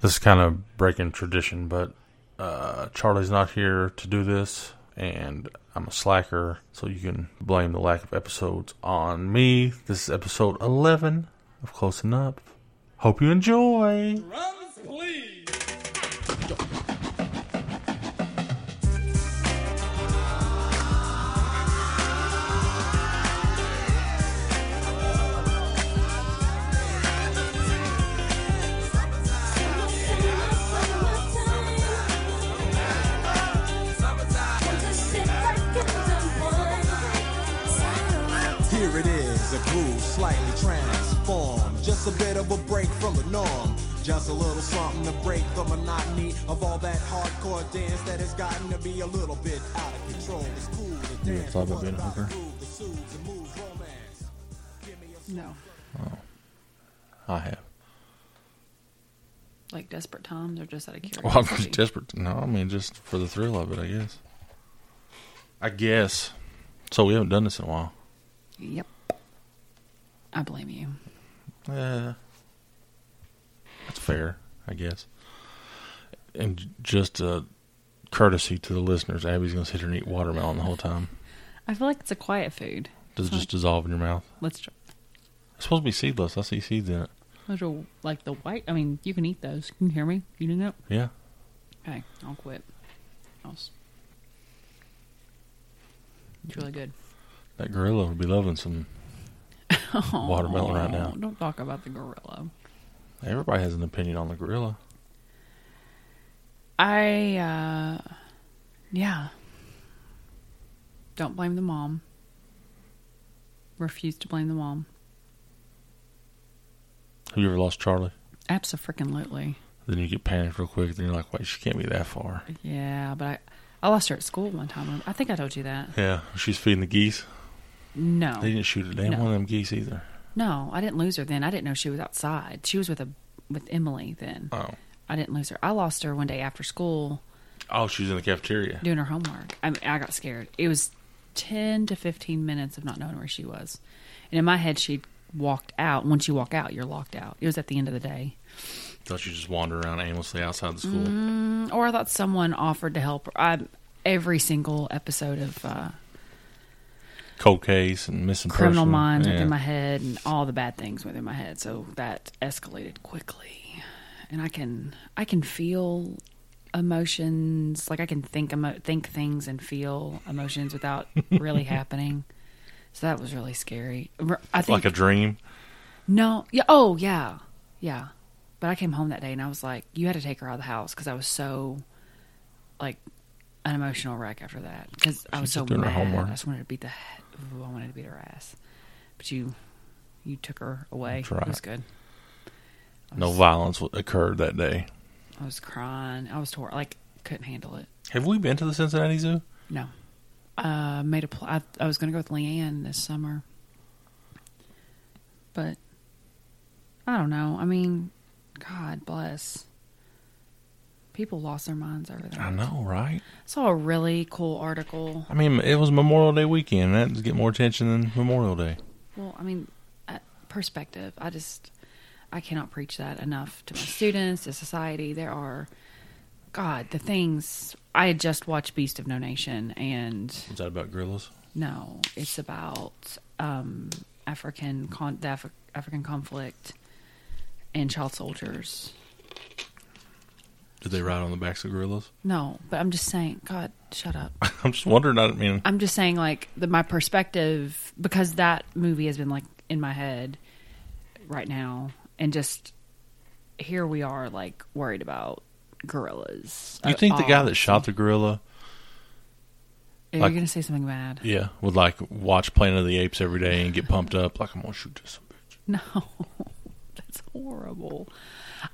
This is kind of breaking tradition, but uh, Charlie's not here to do this, and I'm a slacker, so you can blame the lack of episodes on me. This is episode 11 of Close Enough. Hope you enjoy. Here it is, a groove slightly transformed. Just a bit of a break from the norm. Just a little something to break the monotony of all that hardcore dance that has gotten to be a little bit out of control. It's cool to dance. thought about being a hooker? Groove that soothes and moves romance. Give me a No, I have. like Desperate Times or just out of curiosity. Well, I'm just desperate. No, I mean, just for the thrill of it, I guess. I guess. So we haven't done this in a while. Yep. I blame you. Yeah. Uh, That's fair, I guess. And j- just a courtesy to the listeners, Abby's going to sit here and eat watermelon the whole time. I feel like it's a quiet food. Does it just dissolve in your mouth? Let's try. It's supposed to be seedless. I see seeds in it. Those are like the white. I mean, you can eat those. Can you hear me? You didn't know? Yeah. Okay, I'll quit. I'll s- It's really good. That gorilla would be loving some watermelon right now. Don't talk about the gorilla. Everybody has an opinion on the gorilla. I, uh, yeah. Don't blame the mom. Refuse to blame the mom. Have you ever lost Charlie? Absolutely. Then you get panicked real quick. Then you're like, wait, she can't be that far. Yeah, but I, oh, I lost her at school one time. I think I told you that. Yeah. Oh. She's feeding the geese. No, They didn't shoot a damn No. one of them geese either. no, I didn't lose her then. I didn't know she was outside. She was with a with Emily then. Oh. I didn't lose her. I lost her one day after school Oh, she's in the cafeteria. doing her homework. I mean, I got scared. It was ten to fifteen minutes of not knowing where she was, and in my head she walked out. Once you walk out, you're locked out. It was at the end of the day. Thought she just wandered around aimlessly outside the school. or I thought someone offered to help her. I, every single episode of uh, cold case and missing Criminal person. Minds yeah. within my head, and all the bad things within my head. So that escalated quickly, and I can I can feel emotions. Like I can think emo- think things and feel emotions without really happening. So that was really scary. R- I like think a dream. no, yeah, oh yeah, yeah. But I came home that day and I was like, you had to take her out of the house because I was so like an emotional wreck after that because I She was was so doing her mad. homework. I just wanted to beat the ooh, I wanted to beat her ass. But you you took her away. That's right. It was good. No violence w- occurred that day. I was crying. I was tore like couldn't handle it. Have we been to the Cincinnati Zoo? No. Uh, made a pl- I, I was going to go with Leanne this summer. But I don't know. I mean, God bless. People lost their minds over there. I know, right? saw a really cool article. I mean, it was Memorial Day weekend. That was getting more attention than Memorial Day. Well, I mean, uh, perspective. I just, I cannot preach that enough to my students, to society. There are, God, the things. I had just watched Beast of No Nation and. Was that about gorillas? No, it's about um, African con- the Afri- African conflict and child soldiers. Did they ride on the backs of gorillas? No, but I'm just saying. God, shut up. I'm just wondering. I mean, I'm just saying, like the, my perspective because that movie has been like in my head right now, and just here we are, like worried about gorillas. you at think the guy all. that shot the gorilla, Are like- you gonna say something bad? yeah, would like watch Planet of the Apes every day and get pumped up? Like I'm gonna shoot this. No, That's horrible.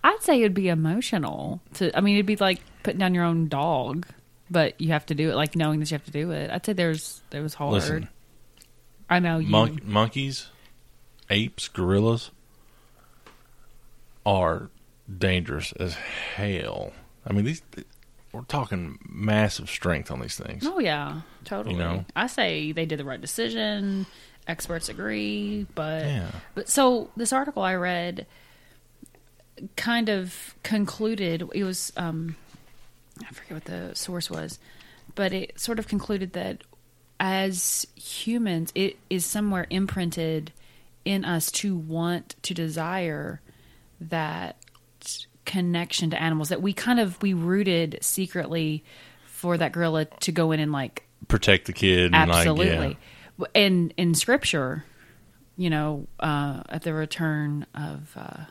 I'd say it'd be emotional to I mean it'd be like putting down your own dog, but you have to do it like knowing that you have to do it. I'd say there's there was hard. Listen. I know you Mon- monkeys, apes, gorillas are dangerous as hell. I mean, these we're talking massive strength on these things. Oh yeah, totally. You know? I say they did the right decision. Experts agree, but Yeah. but so this article I read kind of concluded it was um I forget what the source was, but it sort of concluded that as humans it is somewhere imprinted in us to want to desire that connection to animals that we kind of we rooted secretly for that gorilla to go in and like Protect the kid. and, like, yeah. absolutely W- and in scripture you know uh at the return of uh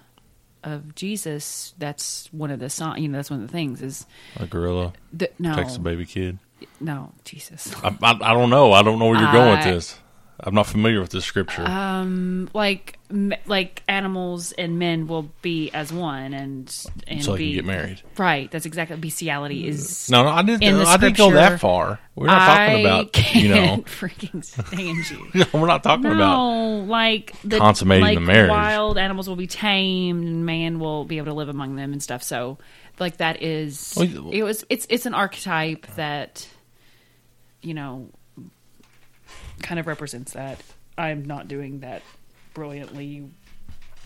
of jesus that's one of the sign you know that's one of the things is a gorilla the, no protects a baby kid. no jesus I, I, I don't know. I don't know where you're going with I- Uh, this. I'm not familiar with this scripture. like m- like animals and men will be as one and and So they can be get married. right that's exactly bestiality is no, no, I didn't. in the I didn't go scripture, that far. We're not I talking about you know. can't freaking stand you We're not talking about No, like the consummating like the marriage. Wild animals will be tamed, and man will be able to live among them and stuff. So, like that is Well, you- it was it's it's an archetype that you know kind of represents that. I'm not doing that brilliantly,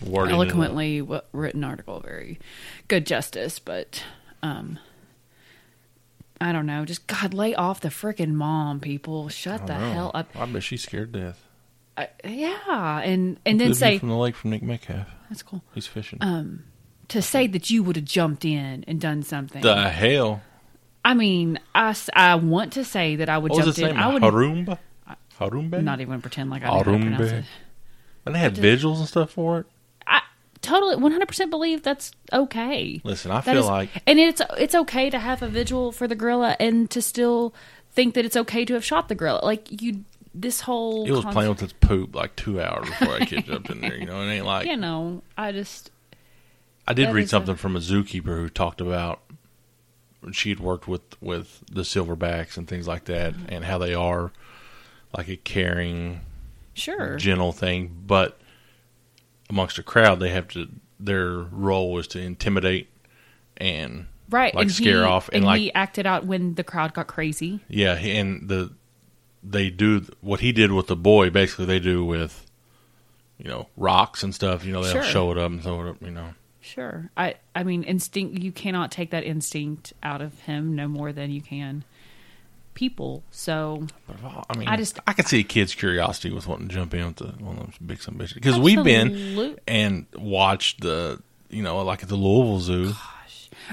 wording of the- eloquently w- written article. Very good justice, but um. I don't know. Just God, lay off the freaking mom, people. Shut the hell up. I bet she's scared to death. I, yeah, and and The then view say from the lake from Nick Metcalf. That's cool. He's fishing. To say that you would have jumped in and done something. the hell? I mean, I, s- I want to say that I would What was jump his in. name? I would Harumba? Harumbe? not even pretend like I know how to pronounce Arumbe. it. And they had vigils and stuff for it. I totally 100% believe that's okay. Listen, I That feel is- like and it's it's okay to have a vigil for the gorilla and to still think that it's okay to have shot the gorilla. Like you this whole it was concept- playing with its poop like two hours before I kid jumped in there. You know, it ain't like you know, I just I did That read is something from a zookeeper who talked about she had worked with with the silverbacks and things like that, and how they are like a caring, sure. gentle thing, but amongst a crowd, they have to. Their role is to intimidate and right. like and scare he- off and, and like he acted out when the crowd got crazy. yeah, he- and the they do what he did with the boy. Basically, they do with you know rocks and stuff. You know, they'll Sure. show it up and throw it up. You know, Sure. I I mean instinct you cannot take that instinct out of him no more than you can people. So But if I, I mean, I just- I could see a kid's curiosity with wanting to jump in with the, one of those big some bitches because we've been Absolute- and watched the you know like at the Louisville Zoo.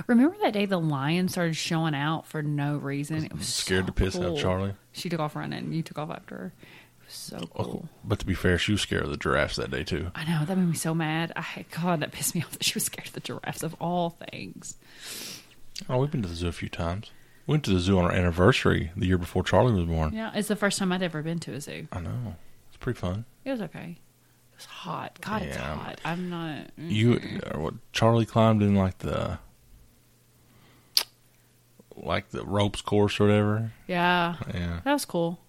remember that day the lion started showing out for no reason. It was Scared so to piss out cool. Charlie. Oh. She took off running and you took off after her. It was so cool. uh, But to be fair, she was scared of the giraffes that day too. I know, that made me so mad. I God, that pissed me off that she was scared of the giraffes of all things. Oh, we've been to the zoo a few times. We went to the zoo on our anniversary the year before Charlie was born. Yeah, it's the first time I'd ever been to a zoo. I know it's pretty fun. It was okay. It was hot. God, it's Yeah. hot. I'm not You Mm-hmm. or what? Charlie climbed in like the like the ropes course or whatever. Yeah. Yeah. That was cool.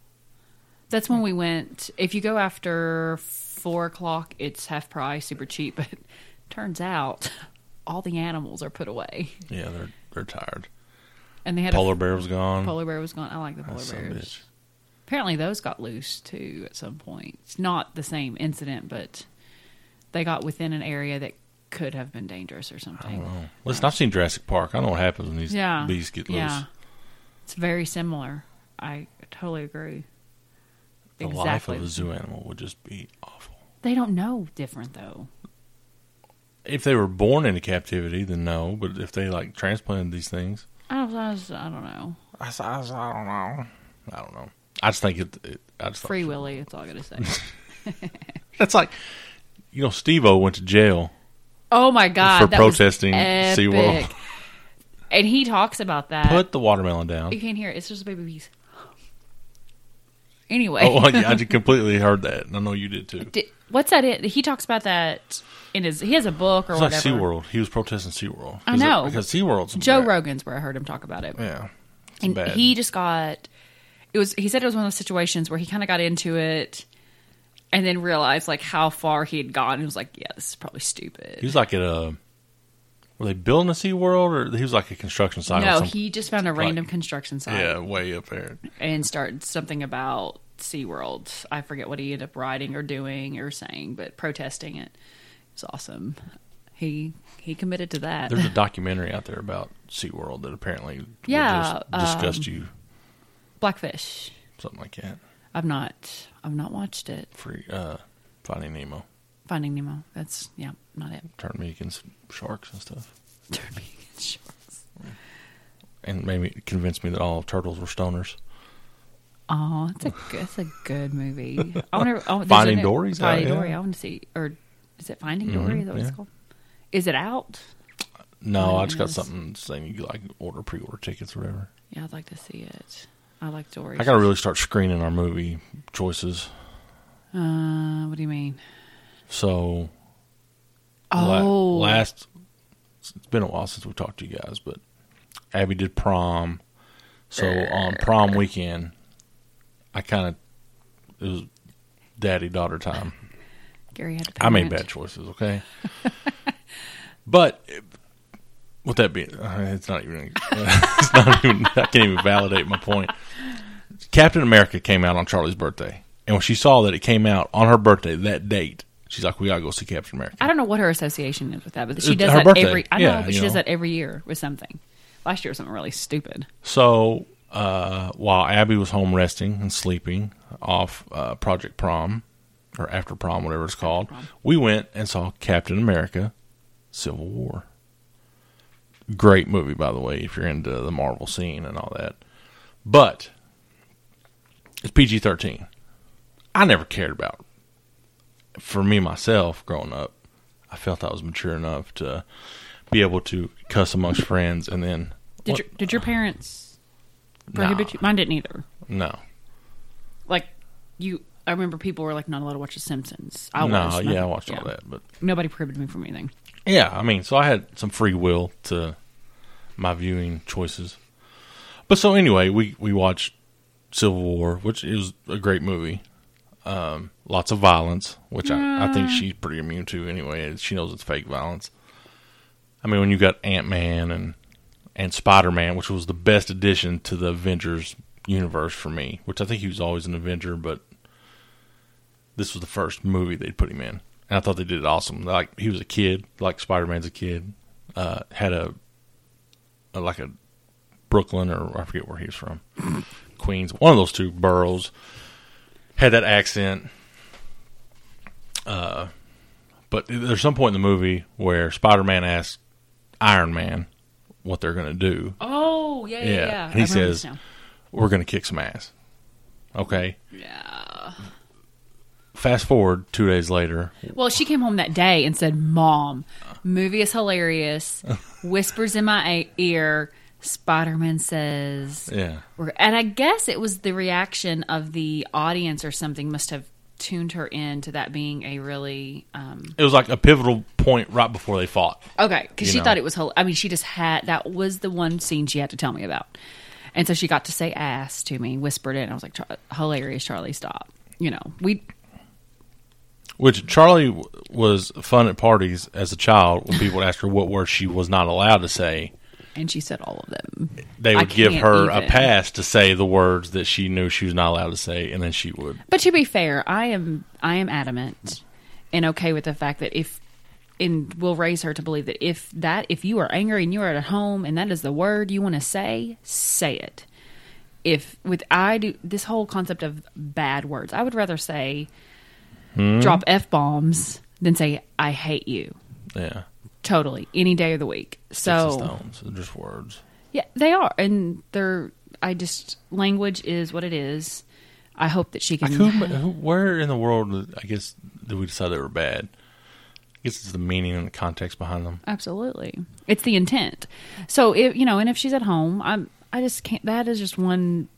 That's when we went. If you go after four o'clock, it's half price, super cheap. But turns out all the animals are put away, Yeah, they're they're tired. and they had Polar a bear was gone. polar bear was gone. I like the polar Son of a bears. bitch. Apparently, those got loose too at some point. It's not the same incident, but they got within an area that could have been dangerous or something. Listen, I've seen Jurassic Park. I know what happens when these Yeah, bees get loose. Yeah, it's very similar. I totally agree. The life of a zoo animal would just be awful. They don't know different though. If they were born into captivity, then no. But if they like transplanted these things, I don't, I was- I don't know. I, s- I s- I don't know. I don't know. I just think it. it I just Free Willy, that's all I gotta say. That's like, you know, Steve O went to jail. oh my god, For that was protesting SeaWorld. epic. and he talks about that. Put the watermelon down. you can't hear it. It's just a baby piece. Anyway, Oh, well, yeah, I just completely heard that, and I know you did too. Di- What's that? It he talks about that in his he has a book or It's like whatever. SeaWorld. He was protesting SeaWorld. I He's like- know. because SeaWorld's Joe bad. Rogan's where I heard him talk about it. Yeah. It's and bad. he just got it was he said it was one of those situations where he kind of got into it and then realized like how far he had gone and was like yeah this is probably stupid He was like at a. Were they building a SeaWorld or he was like a construction site? or no some- he just found a random construction site Yeah, way up there. and started something about SeaWorld. I forget what he ended up writing or doing or saying, but protesting it. It's awesome. He he committed to that. There's a documentary out there about SeaWorld that apparently will Yeah, um, just disgust you, Blackfish. something like that. I've not I've not watched it. Free uh, Finding Nemo, Finding Nemo. That's yeah, not it. turned me against sharks and stuff, Turn me against sharks. and made me convinced me that all turtles were stoners. Oh, it's a good, it's a good movie. I wonder. Oh, there's a Finding new- Dory's out, Finding yeah. Dory. I want to see. Or is it Finding Dory? Is that Mm-hmm, what yeah. it's called? Is it out? No, I just got Yes. something saying you could, like order pre-order tickets or whatever. Yeah, I'd like to see it. I like Dory. I gotta really start screening our movie choices. Uh, what do you mean? So la- Oh, last it's been a while since we talked to you guys, but Abby did prom. So on prom weekend, I kind of it was daddy daughter time. Gary had to. I made parent. bad choices, okay? but eh, with that being, uh, it's not even. It's not even. I can't even validate my point. Captain America came out on Charlie's birthday, and when she saw that it came out on her birthday that date, she's like, "We gotta go see Captain America." I don't know what her association is with that, but she It's does her that birthday. every. I know, Yeah, but you she does know. that every year with something. Last year was something really stupid. So uh, while Abby was home resting and sleeping off uh, Project Prom or After Prom, whatever it's called, we went and saw Captain America: Civil War. Great movie, by the way, if you're into the Marvel scene and all that. But it's PG thirteen. I never cared about. For me myself, growing up, I felt I was mature enough to be able to cuss amongst friends, and then Did What- your, did your parents prohibit you? Mine didn't either. no, Like you, I remember people were like not allowed to watch The Simpsons. I no, watched. yeah, I nothing- watched all yeah. that, but Nobody prohibited me from anything. yeah, I mean, so I had some free will to my viewing choices. But so anyway, we we watched Civil War, which is a great movie. Um, lots of violence, which I, I think Mm. she's pretty immune to anyway. and She knows it's fake violence. I mean, when you got Ant Man and and Spider Man, which was the best addition to the Avengers universe for me, which I think he was always an Avenger, but this was the first movie they'd put him in, and I thought they did it awesome. Like he was a kid, like Spider Man's a kid, uh, had a, a like a Brooklyn or I forget where he was from, Queens, one of those two boroughs, had that accent. Uh, but there's some point in the movie where Spider Man asks Iron Man what they're going to do. Oh yeah, yeah. Yeah. yeah. And he I remember says- this now. We're going to kick some ass. Okay. Yeah. Fast forward two days later. Well, she came home that day and said, "Mom, movie is hilarious." Whispers in my a- ear. Spider Man says, Yeah. We're- And I guess it was the reaction of the audience or something must have tuned her in to that being a really um It was like a pivotal point right before they fought. okay because You she know. thought it was hel- i mean she just had that was the one scene she had to tell me about and so she got to say ass to me whispered it and i was like Char- hilarious charlie stop you know we Which Charlie w- was fun at parties as a child when people would ask her what words she was not allowed to say. and she said all of them They I would give can't her a even. pass to say the words that she knew she was not allowed to say, and then she would. But to be fair, I am I am adamant and okay with the fact that if and we'll raise her to believe that if that if you are angry and you are at home and that is the word you want to say, say it. If with I do this whole concept of bad words, I would rather say drop f bombs than say I hate you. Yeah. Totally, any day of the week. It's So just stones, they're just words. yeah, they are, and they're. I just language is what it is. I hope that she can. Like who, who, where in the world, I guess, did we decide they were bad? I guess it's the meaning and the context behind them. Absolutely. It's the intent. So if you know, and if she's at home, I'm I just can't that is just one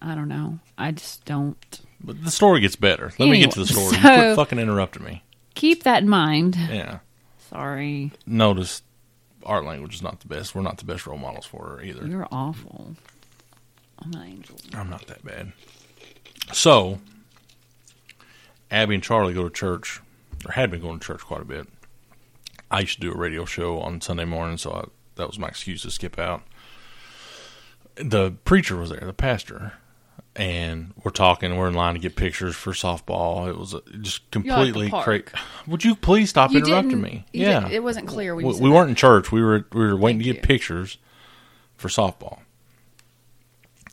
I don't know. I just don't But the story gets better. Let me get to the Anyway, story. You so- quit fucking interrupting me. Keep that in mind. Yeah. Sorry, Notice art language is not the best. We're not the best role models for her either. you're awful. I'm an angel. I'm not that bad. So, Abby and Charlie go to church, or had been going to church quite a bit. I used to do a radio show on Sunday morning, so I, that was my excuse to skip out. The preacher was there, the pastor, and we're talking. We're in line to get pictures for softball. It was uh, just at the completely crazy. park. Would you please stop You interrupting didn't- me? you yeah, didn't- it wasn't clear when you We, said we that. weren't in church. We were we were waiting to Thank get you. pictures for softball,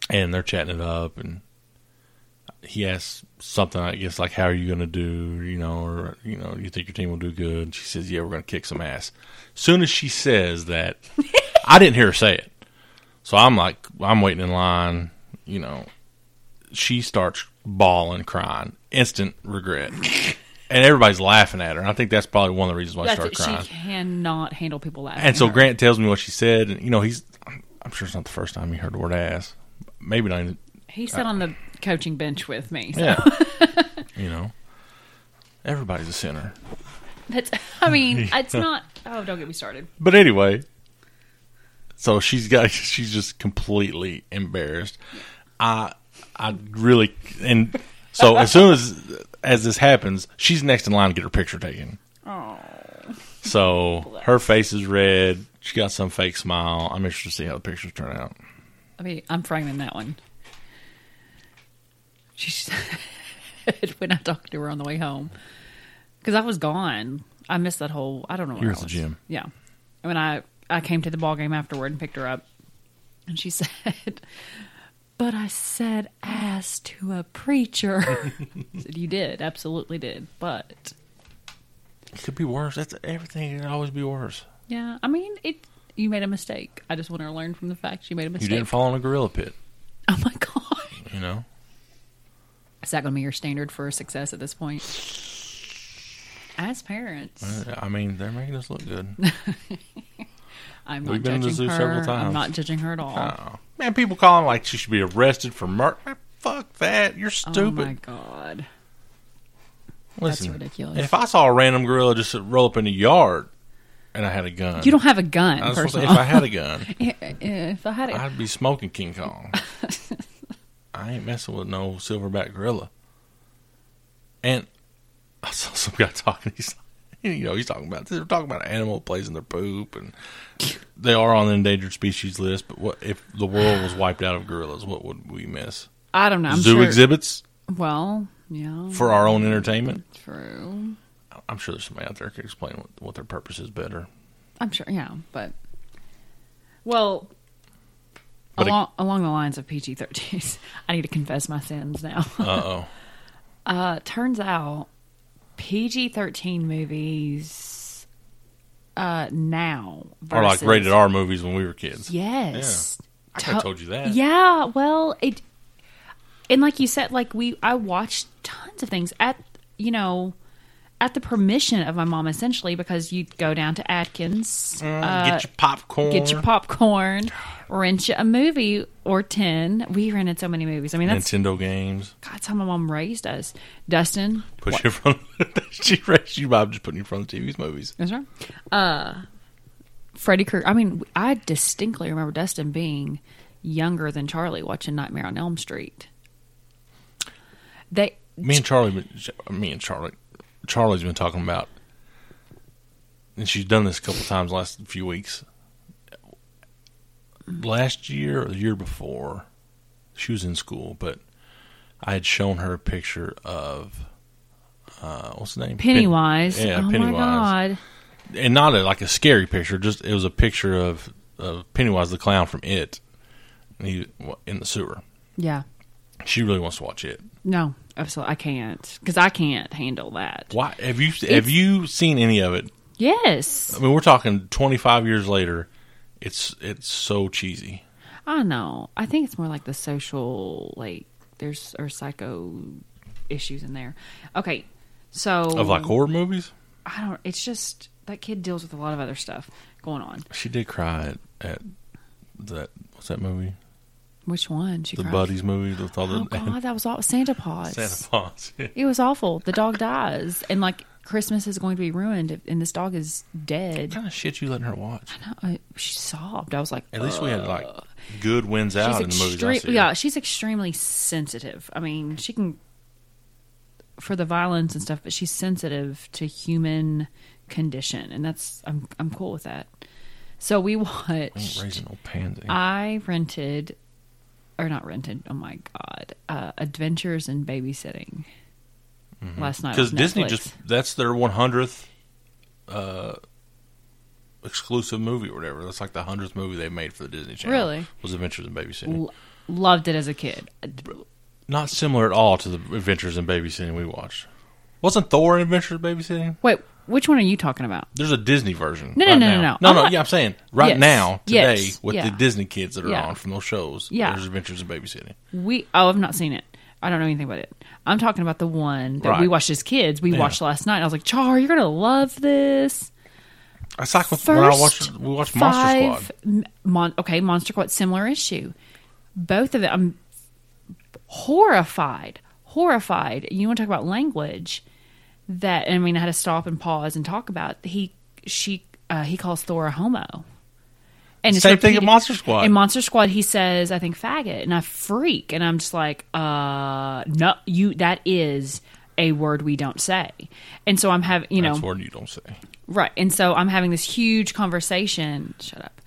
and they're chatting it up and he asks something, I guess, like, how are you going to do, you know, or, you know, you think your team will do good? And she says, yeah, we're going to kick some ass. Soon as she says that, I didn't hear her say it. So I'm like, I'm waiting in line, you know. She starts bawling, crying, instant regret. and everybody's laughing at her. And I think that's probably one of the reasons why That's she it. started crying. She cannot handle people laughing. And so at her. Grant tells me what she said. And, you know, he's, I'm sure it's not the first time he heard the word ass. Maybe not even, he sat on the coaching bench with me. So yeah. you know, everybody's a sinner. that's. I mean, it's not. Oh, don't get me started. But anyway, so she's got she's just completely embarrassed. I I really and so as soon as as this happens, she's next in line to get her picture taken. Oh, So her face is red. She got some fake smile. I'm interested to see how the pictures turn out. I mean, I'm framing that one. She said when I talked to her on the way home because I was gone. I missed that whole. I don't know. Where You were I at the was. gym. Yeah, when I I came to the ball game afterward and picked her up, and she said, "But I said ass to a preacher." I said, you did, absolutely did, but It could be worse. That's everything. It can always be worse. yeah, I mean it. You made a mistake. I just want her to learn from the fact she made a You mistake. didn't fall in a gorilla pit. oh my god. You know. Is that going to be your standard for success at this point? As parents, I mean, they're making us look good. I'm We've not been to the zoo judging her. several times. I'm not judging her at all. Oh. Man, people calling like she should be arrested for murder. Fuck that. You're oh stupid. my god! Listen, ridiculous. If I saw a random gorilla just roll up in the yard and I had a gun, You don't have a gun, I was supposed first to- of if all. I had a gun, if I had it, I'd be smoking King Kong. I ain't messing with no silverback gorilla. And I saw some guy talking. He's, you know, he's talking about they're talking about animal plays in their poop, and they are on the endangered species list. But what if the world was wiped out of gorillas? What would we miss? I don't know. I'm zoo sure. exhibits Well, yeah, for our own entertainment. true. I'm sure there's somebody out there who can explain what, what their purpose is better. I'm sure. Yeah, but well, But it- along, along the lines of PG-13s, I need to confess my sins now. Uh oh. Uh, turns out PG thirteen movies uh, now or like versus- rated R movies when we were kids. Yes, I could have told you that. Yeah, well, it and like you said, like we I watched tons of things at you know at the permission of my mom essentially because you'd go down to Atkins, uh, Mm, get your popcorn. get your popcorn, rent you a movie or ten. We rented so many movies. I mean, that's Nintendo games. God, that's how my mom raised us. Dustin, Push you in front. Of, she raised you by just putting you in front of TV's movies. That's right. Uh, Freddy Krueger. I mean, I distinctly remember Dustin being younger than Charlie watching Nightmare on Elm Street. They Me and Charlie. been- Me and Charlie. Charlie's been talking about, and she's done this a couple times the last few weeks. Last year or the year before, she was in school, but I had shown her a picture of uh, what's the name? Pen- Pennywise. yeah, oh Pennywise. my god. and not a, like a scary picture. Just it was a picture of, of Pennywise the clown from It, and he in the sewer. Yeah. She really wants to watch It. No, absolutely. I can't because I can't handle that. Why have you have you seen any of it? I Yes, mean, we're talking twenty five years later. It's it's so cheesy. I know. I think it's more like the social, like there's or psycho issues in there. Okay, so Of like horror movies, I don't. It's just that kid deals with a lot of other stuff going on. she did cry at, at that. What's that movie? Which one? She the cried. buddies movie with all the Oh God, that was all Santa Paws. Santa Claus. It was awful. The dog dies, and like Christmas is going to be ruined, if- and this dog is dead. kind of shit you letting her watch? No, I, she sobbed. I was like, At least we had like good wins out in the movies. I extre- see. yeah, she's extremely sensitive. I mean, she can for the violence and stuff, but she's sensitive to human condition, and that's I'm I'm cool with that. So we watched. Ain't raising no pansy. I rented, or not rented. Oh my god, uh, Adventures in Babysitting last night Because Mm-hmm. on Disney Netflix. just that's their 100th uh, exclusive movie or whatever. That's like the hundredth movie they made for the Disney Channel. Really? was Adventures in Babysitting. L- loved it as a kid. Not similar at all to the Adventures in Babysitting we watched. Wasn't Thor in Adventures in Babysitting? Wait, which one are you talking about? There's a Disney version. No, no, right no, no, now. no. no, no. I'm not- yeah, I'm saying right Yes. now today Yes. with Yeah. the Disney kids that are Yeah. on from those shows. Yeah. there's Adventures in Babysitting. We oh, I've not seen it. I don't know anything about it. I'm talking about the one that we Right. watched as kids. We Yeah. watched last night. I was like, Char, you're gonna love this. It's like with, First, when I watched we watched Monster Squad. five m- Mon- okay, Monster Squad, similar issue. Both of them. I'm horrified, horrified. You want to talk about language? That I mean, I had to stop and pause and talk about. He, she, uh, he calls Thor a homo. And it's Same thing in repeated- Monster Squad. In Monster Squad, he says, "I think faggot," and I freak, and I'm just like, "Uh, no, you. That is a word we don't say." And so I'm having, you know, That's a word you don't say. Right. And so I'm having this huge conversation, shut up,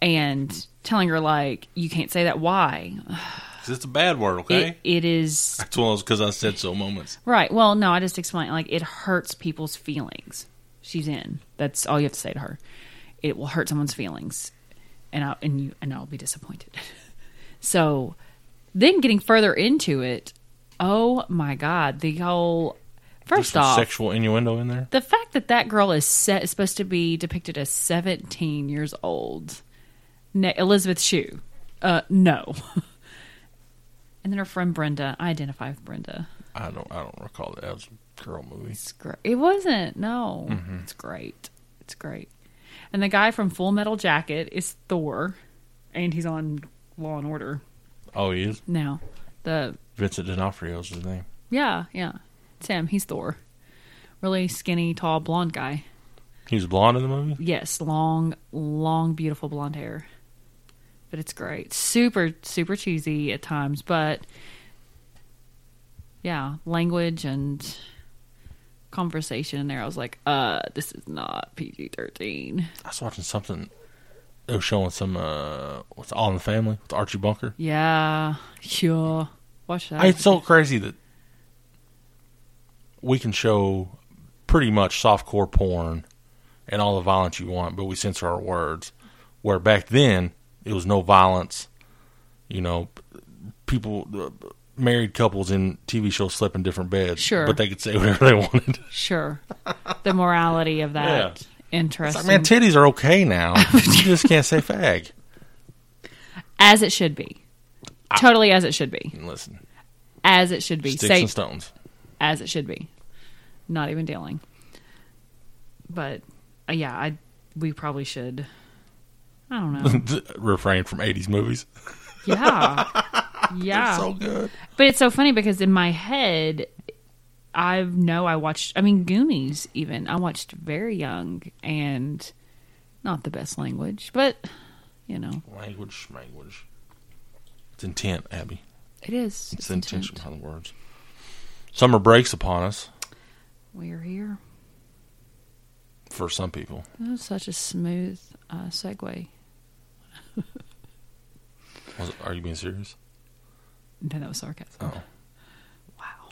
and telling her, like, you can't say that. Why? 'Cause it's a bad word. Okay, It, it is. it's one of those because I said so moments. Right. Well, no, I just explained, like, it hurts people's feelings. She's in. That's all you have to say to her. It will hurt someone's feelings. And I'll, and you, and I'll be disappointed. so then getting further into it, oh my God, the whole. First Some off, sexual innuendo in there. the fact that that girl is set is supposed to be depicted as 17 years old ne- elizabeth shue uh no and then her friend brenda i identify with brenda I don't. I don't recall that. That was a girl movie. it's great it wasn't no it's great it's great and the guy from full metal jacket is thor and he's on law and order Oh, he is. now the Vincent D'Onofrio is his name. yeah yeah tim he's thor really skinny tall blonde guy He was blonde in the movie. Yes, long, long, beautiful blonde hair. But it's great. Super, super cheesy at times, but yeah, language and conversation in there. I was like, uh, this is not PG 13. I was watching something. It was showing some. Uh, what's All in the Family with Archie Bunker. Yeah, sure. Watch that. I, it's so crazy that we can show pretty much softcore porn and all the violence you want, but we censor our words. Where back then it was no violence. You know, people, uh, married couples in TV shows slept in different beds, Sure. but they could say whatever they wanted. sure. The morality of that. It's like, Interesting. man, titties are okay now. you just can't say fag. as it should be. Totally as it should be. And listen, As it should be. sticks Say- and stones. as it should be. Not even dealing. But uh, yeah, I we probably should. I don't know. Refrain from '80s movies. Yeah, yeah. So good. but it's so funny because in my head, I know I watched. I mean, Goonies. Even I watched very young and not the best language, but you know, Language, language. It's intent, Abby. it is. It's, It's the intention intent. behind the words. Summer breaks upon us We're here. for some people. That was such a smooth uh, segue. Was, are you being serious? No, that was sarcasm.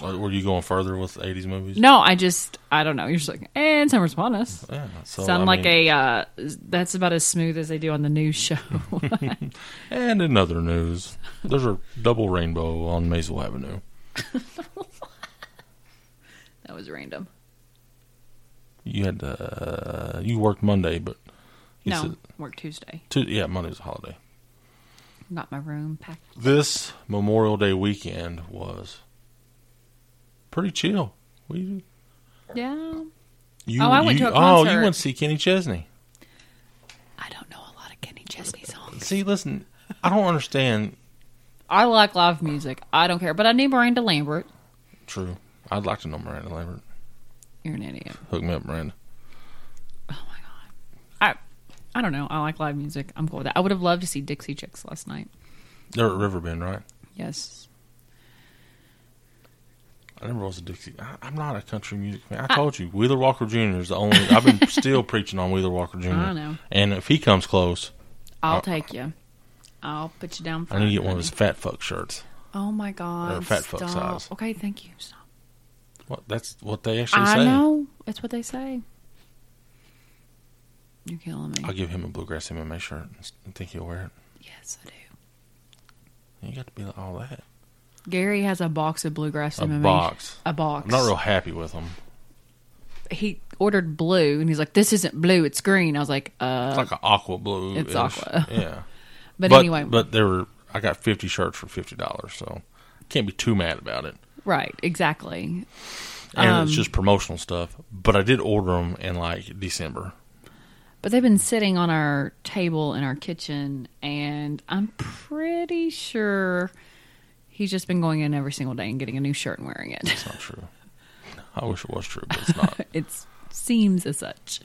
Or were you going further with '80s movies? No, I just I don't know. You're just like, and summer's upon us. Yeah, so, Sound Oh, I like mean- a uh, that's about as smooth as they do on the news show. And in other news, there's a double rainbow on Maisel Avenue. that was random. You had uh, you worked Monday, but you No, said- work Tuesday. Tu- yeah, Monday was a holiday. Got my room packed. This Memorial Day weekend was pretty chill. We Yeah, you Oh, I went you- to a oh you concert. went to see Kenny Chesney. I don't know a lot of Kenny Chesney songs. See, listen, I don't understand I like live music. I don't care, but I knew Miranda Lambert. True. I'd like to know Miranda Lambert. You're an idiot. Oh, Hook me up, Miranda. I, I don't know. I like live music. I'm cool with that. I would have loved to see Dixie Chicks last night. They're at Riverbend, right? Yes, I never was a Dixie. I, I'm not a country music fan. I told you, Wheeler Walker Jr. is the only. I've been still preaching on Wheeler Walker Jr. I know. And if he comes close, I'll Uh, take you. I'll put you down. I Front, need to get one of honey. his fat fuck shirts. Oh my god! or fat fuck stop. size. Okay, thank you. Stop. What? That's what they actually I say. know. It's what they say. You're killing me. I'll give him a bluegrass MMA shirt. I think he'll wear yes, I do. it. You got to be like all that. Gary has a box of bluegrass A MMA. box. A box. I'm not real happy with him. He ordered blue, and he's like, "This isn't blue. It's green." I was like, "Uh." It's like an aqua blue. it's aqua. Yeah. But, anyway, but there were I got fifty shirts for fifty dollars, so can't be too mad about it. right? Exactly. And it's Um, just promotional stuff. But I did order them in like December. But they've been sitting on our table in our kitchen, and I'm pretty sure he's just been going in every single day and getting a new shirt and wearing it. Not true. I wish it was true, but it's not. it seems as such.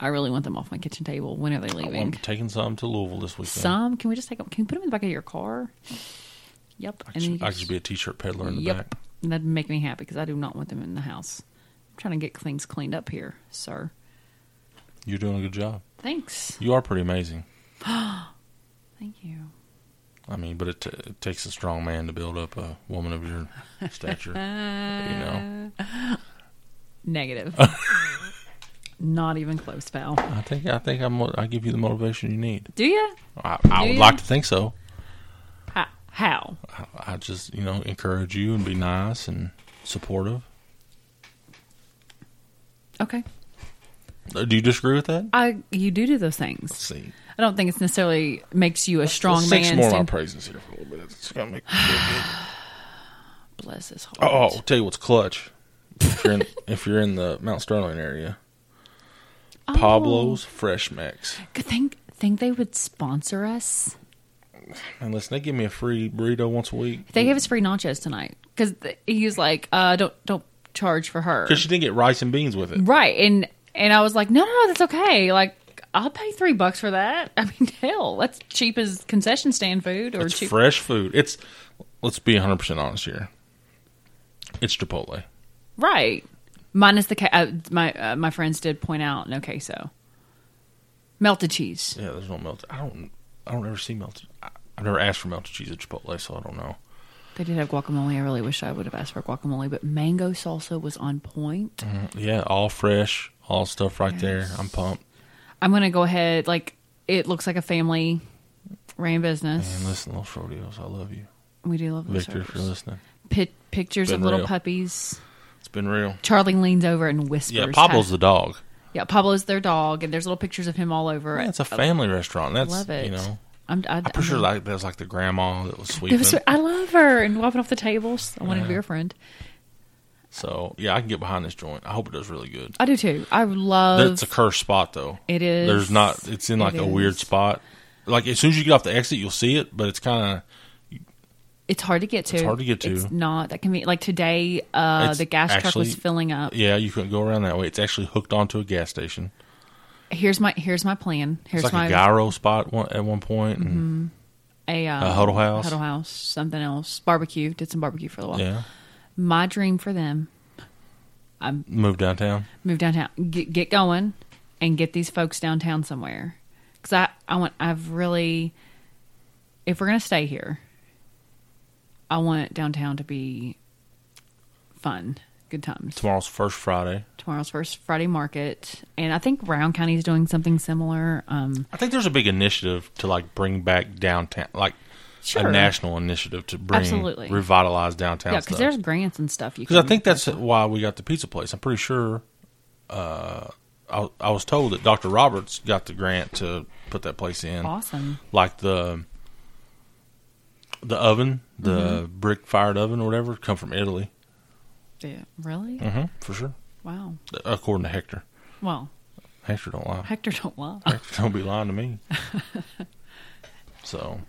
I really want them off my kitchen table. When are they Well, I'm leaving? taking some to Louisville this weekend. Some? Can we just take them? Can we put them in the back of your car? Yep. I should, you I should be a t-shirt peddler in the yep. back. And That'd make me happy because I do not want them in the house. I'm trying to get things cleaned up here, sir. You're doing a good job. Thanks. You are pretty amazing. Thank you. I mean, but it, t- it takes a strong man to build up a woman of your stature. you know, Negative. Not even close, pal. I think I think I'm. I give you the motivation you need. Do you? I, I Do would you? like to think so. How? How? I, I just you know encourage you and be nice and supportive. Okay. Uh, Do you disagree with that? I you do do Let's those things. see, I don't think it's necessarily makes you a strong Let's man. sing some more of my stand- praises here for a little bit. It's gonna make me feel good. Bless his heart. Oh, oh, I'll tell you what's clutch. If you're in, if you're in the Mount Sterling area, Oh. Pablo's Fresh Max. Good Think think they would sponsor us? And listen, they give me a free burrito once a week They gave us free nachos tonight because he was like, uh, "Don't don't charge for her." because she didn't get rice and beans with it. Right, and and I was like, "No, no, no, that's okay." Like. I'll pay three bucks for that. I mean, hell, that's cheap as concession stand food or It's cheap. fresh food. It's let's be 100 percent honest here. It's Chipotle. Right. Minus the ca- uh, my uh, my friends did point out no queso, melted cheese. Yeah, there's no melted. I don't. I don't ever see melted. I, I've never asked for melted cheese at Chipotle, so I don't know. They did have guacamole. I really wish I would have asked for guacamole, but mango salsa was on point. Mm. Yeah, all fresh, all stuff right there. I'm pumped. I'm gonna go ahead. Like it looks like a family ran business. And listen, Los Rodeos, I love you, we do love those Victor, if you're servers. listening. Pi- pictures of Been little real. puppies. It's been real. Charlie leans over and whispers. Yeah, Pablo's "Hi." the dog. yeah Pablo's their dog, and there's little pictures of him all over. Yeah, it. it's a family restaurant. That's love it. you know. I'm, I, I'm pretty sure like that was like the grandma that was It sweeping. was, I love her and wiping off the tables. I wanted to be her friend. so yeah, I can get behind this joint. I hope it does really good. I do too. I love. That's a cursed spot though. It is. There's not. It's in like It a weird is. spot. Like as soon as you get off the exit, you'll see it, but it's kind it's hard to get to. It's hard to get to. It's not that convenient. Like today, uh, It's the gas truck was actually- filling up. of yeah. You couldn't go around that way. It's actually hooked onto a gas station. Here's my here's my plan. Here's It's like my a gyro spot one, at one point. And, a, uh, a huddle house. huddle house, something else. Barbecue. Did some barbecue for a while. Yeah, My dream for them: move downtown. move downtown, get, get going, and get these folks downtown somewhere. Because I I want I've really, if we're gonna stay here, I want downtown to be fun, good times. Tomorrow's first Friday. tomorrow's first Friday market, and I think Brown County is doing something similar. Um, I think there's a big initiative to like bring back downtown, like Sure. a national initiative to bring Absolutely. revitalize downtown. yeah, stuff. because there's grants and stuff. You Because I can- think that's why we got the pizza place. I'm pretty sure. Uh, I, I was told that Dr. Roberts got the grant to put that place in. awesome. Like the the oven, the Mm-hmm. brick fired oven or whatever, come from Italy. Yeah, really? hmm for sure. Wow. According to Hector. Well, Hector don't lie. Hector don't lie. Hector don't be lying to me. so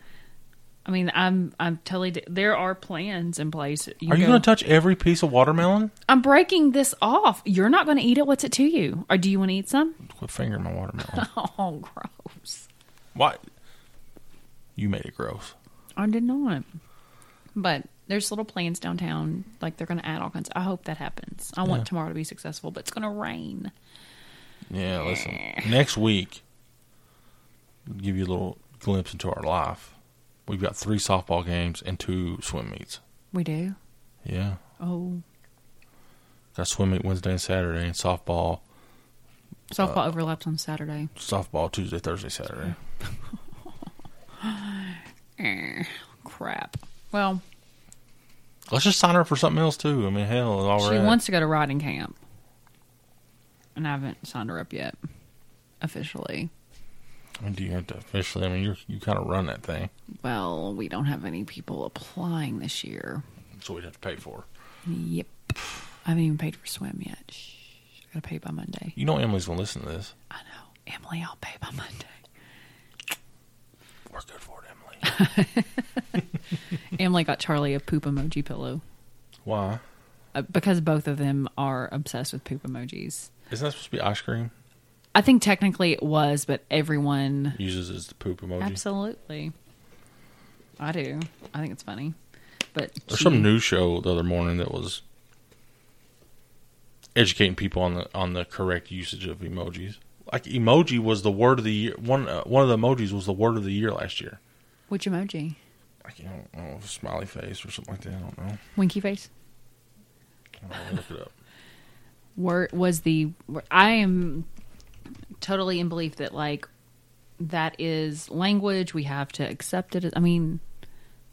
I mean, I'm I'm totally. d- There are plans in place. Are you go- going to touch every piece of watermelon? I'm breaking this off. You're not going to eat it. What's it to you? Or do you want to eat some? Quit fingering my watermelon. Oh, gross! Why? You made it gross. I did not. But there's little plans downtown. Like they're going to add all kinds. I hope that happens. I want tomorrow to be successful, but it's going to rain. Yeah, listen. Next week, we'll give you a little glimpse into our life. We've got three softball games and two swim meets. We do. Yeah. Oh, Got swim meet Wednesday and Saturday, and softball, softball overlaps on Saturday. softball Tuesday, Thursday, Saturday. Eh, crap. Well, Let's just sign her for something else too. I mean, hell, all she right. wants to go to riding camp, and I haven't signed her up yet officially. I mean, do you have to officially? I mean, you're, you kind of run that thing, Well, we don't have any people applying this year. so we'd have to pay for. Her. Yep. I haven't even paid for swim yet. Shh. I gotta pay by Monday. You know, Emily's gonna listen to this. I know. Emily, I'll pay by Monday. We're good for it, Emily. Emily got Charlie a poop emoji pillow Why? uh, because both of them are obsessed with poop emojis. Isn't that supposed to be ice cream? I think technically it was, but everyone. Uses as the poop emoji. Absolutely. I do. I think it's funny. But There's she- some news show the other morning that was educating people on the on the correct usage of emojis. Like emoji was the word of the year. One uh, one of the emojis was the word of the year last year. Which emoji? Like you know, I don't know, smiley face or something like that. I don't know. Winky face? I don't know. Look it up. word was the i am totally in belief that like that is language we have to accept it i mean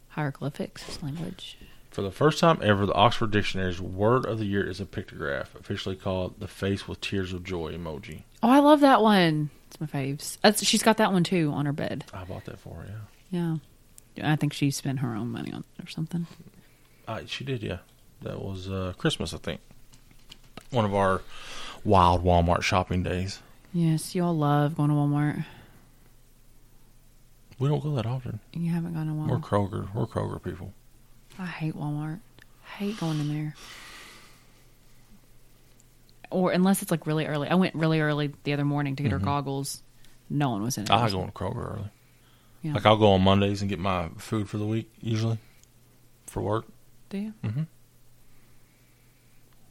hieroglyphics is language For the first time ever, the Oxford Dictionary's word of the year is a pictograph, officially called the face with tears of joy emoji. oh i love that one it's my faves That's, she's got that one too on her bed I bought that for her, yeah. yeah i think she spent her own money on it or something Uh, she did, yeah. That was uh, Christmas, I think. One of our wild Walmart shopping days. yes you all love going to walmart We don't go that often. you haven't gone to We're walmart Kroger. We're Kroger people. i hate walmart I hate going in there or unless it's like really early i went really early the other morning to get Mm-hmm. her goggles no one was in it I go to Kroger early. Yeah. Like I'll go on Mondays and get my food for the week usually for work. Do you? Mhm.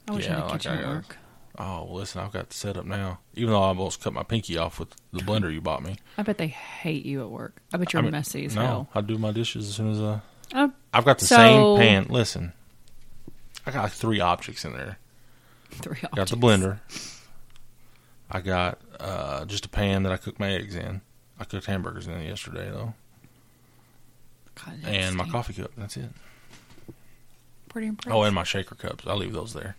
I wish I Yeah, had a like kitchen I at got- work. Oh, well, listen, I've got the setup now. Even though I almost cut my pinky off with the blender you bought me. I bet they hate you at work. I bet you're I mean, messy as no, hell. I do my dishes as soon as I. Oh, I've got the So- same pan. Listen, I got like three objects in there. three I got the blender. I got uh, just a pan that I cook my eggs in. I cooked hamburgers in it yesterday though, God, that and my stinks. coffee cup. That's it. Pretty impressive. Oh, and my shaker cups. I leave those there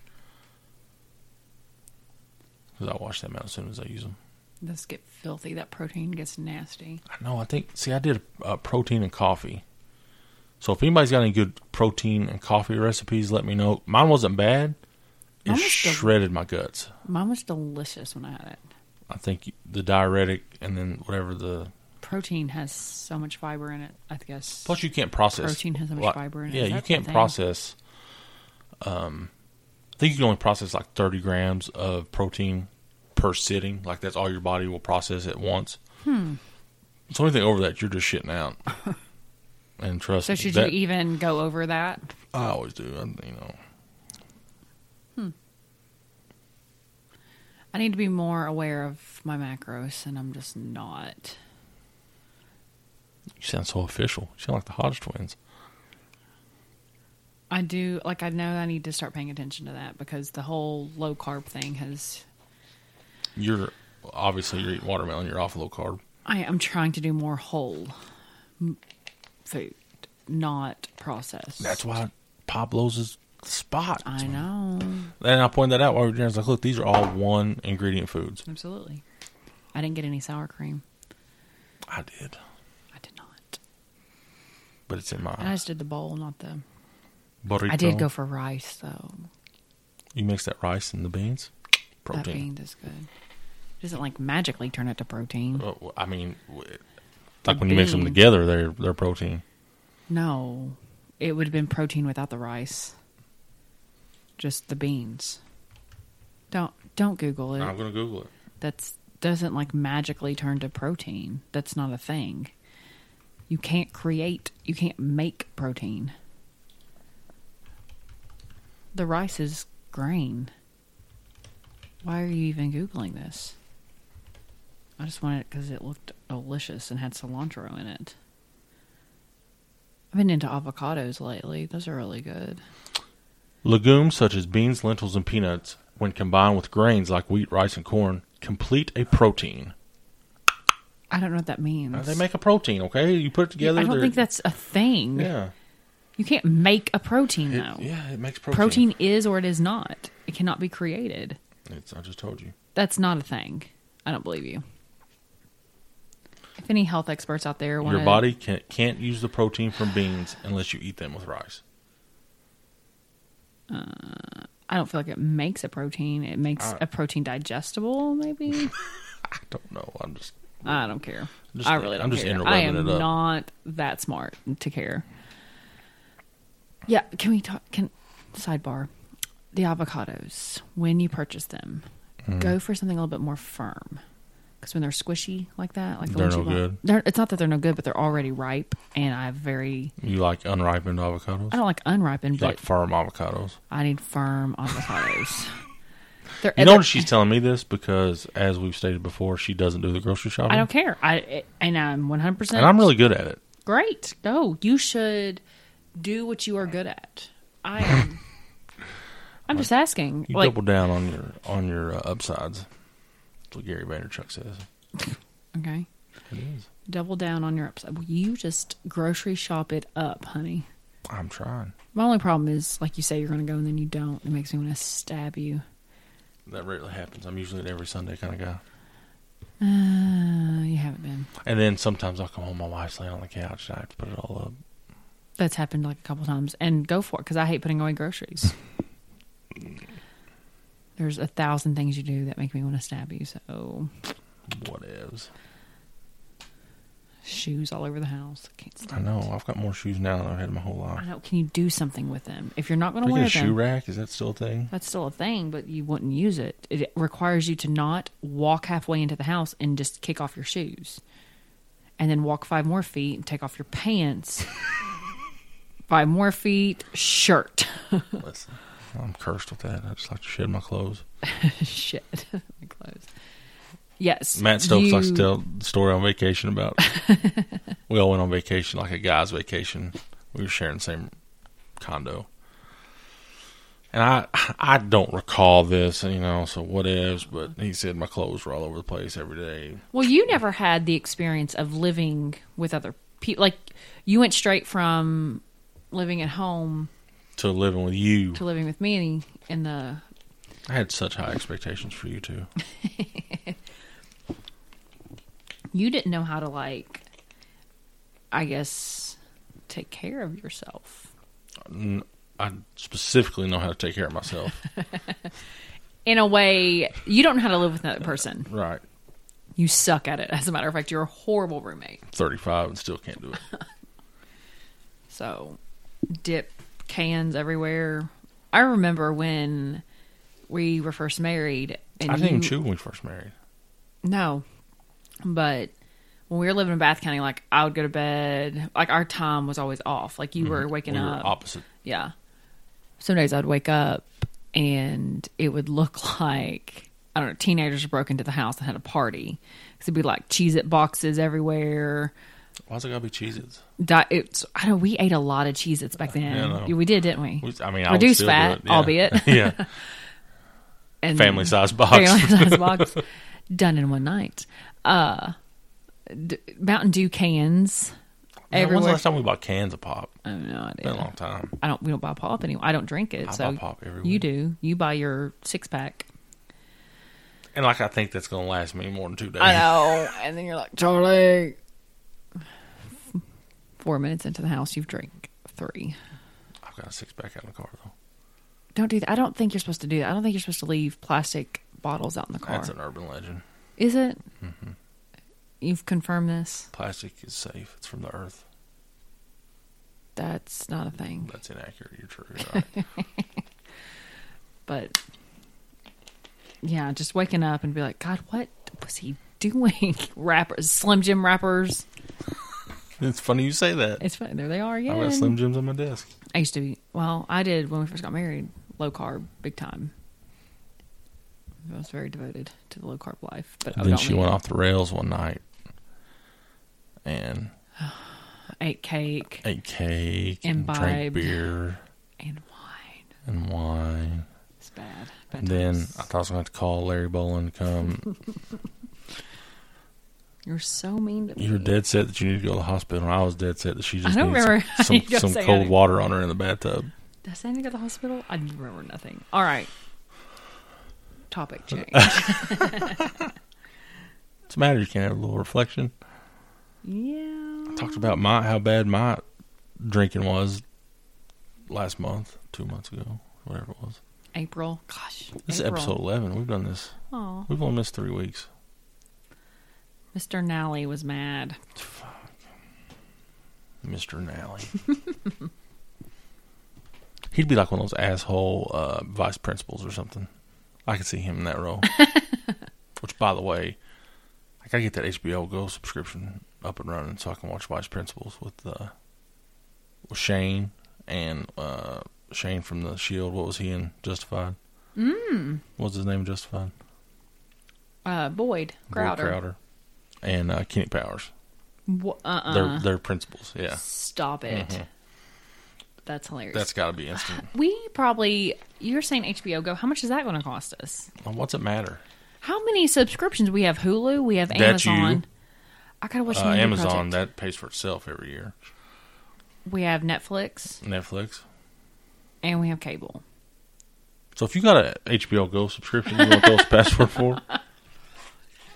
because I wash them out as soon as I use them. this get filthy. That protein gets nasty. I know. I think. See, I did uh, protein and coffee. So if anybody's got any good protein and coffee recipes, let me know. Mine wasn't bad. It Mine was good. shredded my guts. Mine was delicious when I had it. I think the diuretic and then whatever the Protein has so much fiber in it. I guess. plus you can't process Protein has so much like- fiber in it. Yeah, Is you that the can't thing? process. Um, I think you can only process like thirty grams of protein per sitting. Like that's all your body will process at once. Hmm. So anything over that, you're just shitting out. and trust so me, should that- you even go over that? I always do. I, you know, I need to be more aware of my macros, and I'm just not. you sound so official. You sound like the Hodge twins. I do like I know I need to start paying attention to that because the whole low carb thing has You're obviously you're eating watermelon. You're off low carb. I am trying to do more whole m- food, not processed. That's why Pablo's is the spot. I know. And I pointed that out while we were dinner. I was like, look, these are all one ingredient foods. Absolutely. I didn't get any sour cream. I did, I did not. but it's in my And I just did the bowl, not the. burrito. I did go for rice though. You mix that rice and the beans. Protein. That bean is good. It doesn't like magically turn it to protein. Uh, I mean, w- like The when you mix them beans. together, they're they're protein. No, it would have been protein without the rice, just the beans. Don't don't Google it. I'm gonna Google it. That's doesn't like magically turn to protein. That's not a thing. You can't create. You can't make protein. The rice is grain. Why are you even googling this? I just wanted it because it looked delicious and had cilantro in it. I've been into avocados lately. Those are really good. Legumes such as beans, lentils, and peanuts, when combined with grains like wheat, rice, and corn, complete a protein. I don't know what that means. Now, they make a protein, okay? You put it together. I don't they're- think that's a thing. Yeah. You can't make a protein It- though. yeah, it makes protein. protein. is or it is not. It cannot be created. It's, I just told you. That's not a thing. I don't believe you. If any health experts out there want Your body can, can't use the protein from beans unless you eat them with rice. I don't feel like it makes a protein. It makes Uh, a protein digestible, maybe. I don't know. I'm just. I don't care. Just- I really don't I'm just care. interwebbing I am it up. not that smart to care. Yeah, can we talk can sidebar. The avocados, when you purchase them, Mm-hmm. go for something a little bit more firm. Because when they're squishy like that, like the They're ones no you bought- good. They're, it's not that they're no good, but they're already ripe, and I very You like unripened avocados? I don't like unripened, you like but firm avocados. I need firm avocados. they're, You they're- notice she's telling me this because, as we've stated before, she doesn't do the grocery shopping. I don't care. I and I'm 100. percent And I'm really good at it. Great. No, you should do what you are good at. I am. I'm just asking. You Like, double down on your on your uh, upsides. That's what Gary Vaynerchuk says. okay. Double down on your upside. Well, you just grocery shop it up, honey. I'm trying. My only problem is, like you say, you're going to go and then you don't. It makes me want to stab you. That rarely happens. I'm usually an every Sunday kind of guy. Uh, you haven't been. And then sometimes I'll come home, my wife's laying on the couch, and I have to put it all up. That's happened like a couple times. And go for it because I hate putting away groceries. There's a thousand things you do that make me want to stab you. So Whatevs. shoes all over the house. I can't I stand know. I've got more shoes now than I've had in my whole I life. know. Can you do something with them? If you're not going Do to you get wear a shoe them, rack? Is that still a thing? that's still a thing, but you wouldn't use it. It requires you to not walk halfway into the house and just kick off your shoes, and then walk five more feet and take off your pants. five more feet, shirt, Listen, I'm cursed with that. I just like to shed my clothes. shit, my clothes. Yes, Matt Stokes you- likes to tell the story on vacation about we all went on vacation, like a guy's vacation. We were sharing the same condo. And I I don't recall this, you know, so what ifs, but he said my clothes were all over the place every day. Well, you never had the experience of living with other people. Like you went straight from living at home To living with you. to living with me in the I had such high expectations for you too. you didn't know how to like i guess take care of yourself I specifically know how to take care of myself. in a way you don't know how to live with another person right. you suck at it as a matter of fact you're a horrible roommate Thirty five and still can't do it. so dip cans everywhere i remember when we were first married and I didn't even you- chew when we first married. No, but when we were living in Bath County, like I would go to bed, like our time was always off. Like you were waking Mm-hmm. we were up. opposite. Yeah. Some days I'd wake up and it would look like I don't know, teenagers broke into the house and had a party. 'Cause it'd be like Cheez It boxes everywhere. Why's it gotta be Cheez Its? Di- it's I know we ate a lot of Cheez Its back then. Yeah, I know. we did, didn't we? We- I mean, I would reduced still do fat, it, yeah. albeit yeah. and family size box. Mm. family size box done in one night. Uh, d- Mountain Dew Man, cans When's the everywhere. last time we bought cans of pop? I have no idea. Been a long time. I don't. We don't buy pop anymore. I don't drink it. I so buy pop every you week. do. You buy your six pack. And like I think that's gonna last me more than two days. I know. And then you're like, Charlie. Four minutes into the house, you've drank three. I've got a six pack out in the car though. Don't do that. I don't think you're supposed to do that. I don't think you're supposed to leave plastic bottles out in the car. That's an urban legend. Is it? You've confirmed this. Plastic is safe. It's from the earth. That's not a thing. That's inaccurate. You're true. You're right. But yeah, just waking up and be like, God, what was he doing? Rappers, Slim Jim rappers. it's funny you say that. It's funny. There they are I again. got Slim Jims on my desk. I used to be. Well, I did when we first got married. Low carb, big time. I was very devoted to the low carb life, but I then would she only went off the rails one night and ate cake ate cake and drank Imbibed. beer and wine. and wine. It's bad. And bad then I times. thought I was going to have to call Larry Boland to come. you're so mean to me. You were dead set that you needed to go to the hospital, and I was dead set that she just I don't needed some- remember. some, You don't some say cold anything. water on her in the bathtub. Does Andy go to the hospital? I remember nothing. All right. Topic change. What's the matter? You can't have a little reflection. yeah. talked about my how bad my drinking was last month, two months ago, whatever it was. April. Gosh. This April. is episode eleven. We've done this. Oh, We've only missed three weeks. Mr. Nally was mad. Mr. Nally. He'd be like one of those asshole uh, vice principals or something. I could see him in that role. Which, by the way, I gotta get that HBO Go subscription up and running so I can watch Vice Principals with uh, with Shane and uh, Shane from the Shield. What was he in Justified? Mm. What was his name in Justified? Uh, Boyd Boyd Crowder. Crowder. And uh, Kenny Powers. Wha- uh-uh. They're they're principals. Yeah, Stop it. Mm-hmm. That's hilarious. that's got to be instant. we probably, you're saying HBO Go. How much is that going to cost us? Well, What's it matter? How many subscriptions? We have Hulu. We have That's you. Amazon. I got to watch Uh, the Ninja Amazon Project. that pays for itself every year. We have Netflix Netflix. and we have cable. So if you got a HBO Go subscription, you want those password for?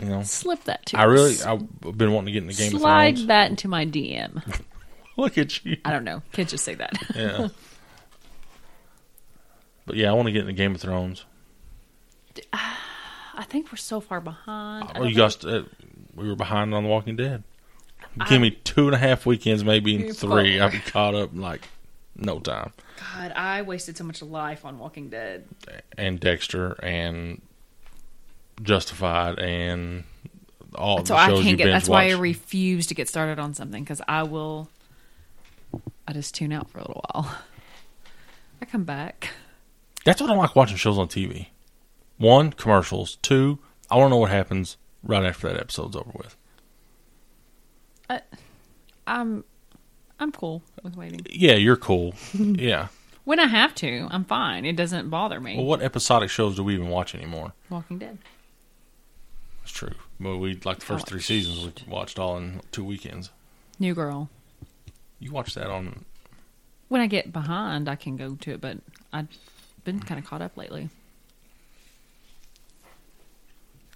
You know, Slip that to I us. really I've been wanting to get into Game Slide of Thrones. that into my DM. Look at you. I don't know. Can't just say that. Yeah. But yeah, I want to get into Game of Thrones. I think we're so far behind. I Well, don't you think- guys, uh, we were behind on The Walking Dead. Give me two and a half weekends, maybe in You're three. poor. I'll be caught up in like no time. God, I wasted so much life on Walking Dead. And Dexter and Justified and all So the I shows you can't get. binge That's why I watch. refuse to get started on something because I will. I just tune out for a little while. I come back. That's what I like watching shows on TV. One, commercials. Two, I want to know what happens right after that episode's over with. I'm. I'm cool with waiting. Yeah, you're cool. yeah. When I have to, I'm fine. It doesn't bother me. Well, what episodic shows do we even watch anymore? Walking Dead. That's true. Well, we like the first three Watched. seasons we watched all in two weekends. New Girl. You watched that on When I get behind, I can go to it, but I've been kind of caught up lately.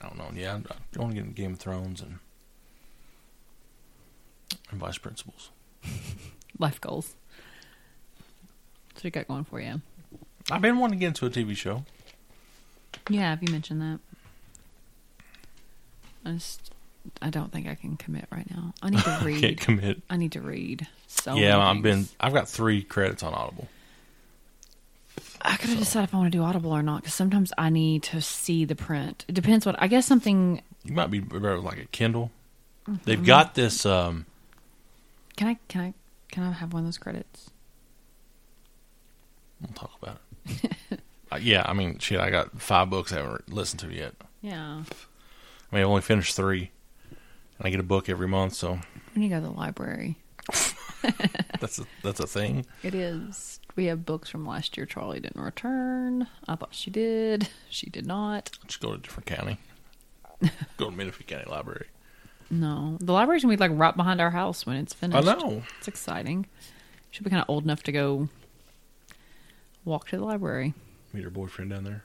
I don't know. Yeah, I- I want to get into Game of Thrones and and Vice Principals. Life goals. So you got going for you. I've been wanting to get into a TV show. Yeah, have you mentioned that? I just, I don't think I can commit right now. I need to read. Can't commit. I need to read. So yeah, many I've been. things. I've got three credits on Audible. I gotta decide if I want to do Audible or not because sometimes I need to see the print. It depends what. I guess something. You might be better with like a Kindle. They've got this. Um, Can I? Can I? Can I have one of those credits? we'll talk about it. uh, yeah, I mean, shit, I got five books I haven't listened to yet. Yeah. I mean, I've only finished three, and I get a book every month, so When you go to the library, that's a, that's a thing. it is. We have books from last year. Charlie didn't return. I thought she did. She did not. Just go to a different county. go to Menifee County Library. No, the library's gonna be like right behind our house when it's finished. know. It's exciting. She'll be kind of old enough to go walk to the library. Meet her boyfriend down there.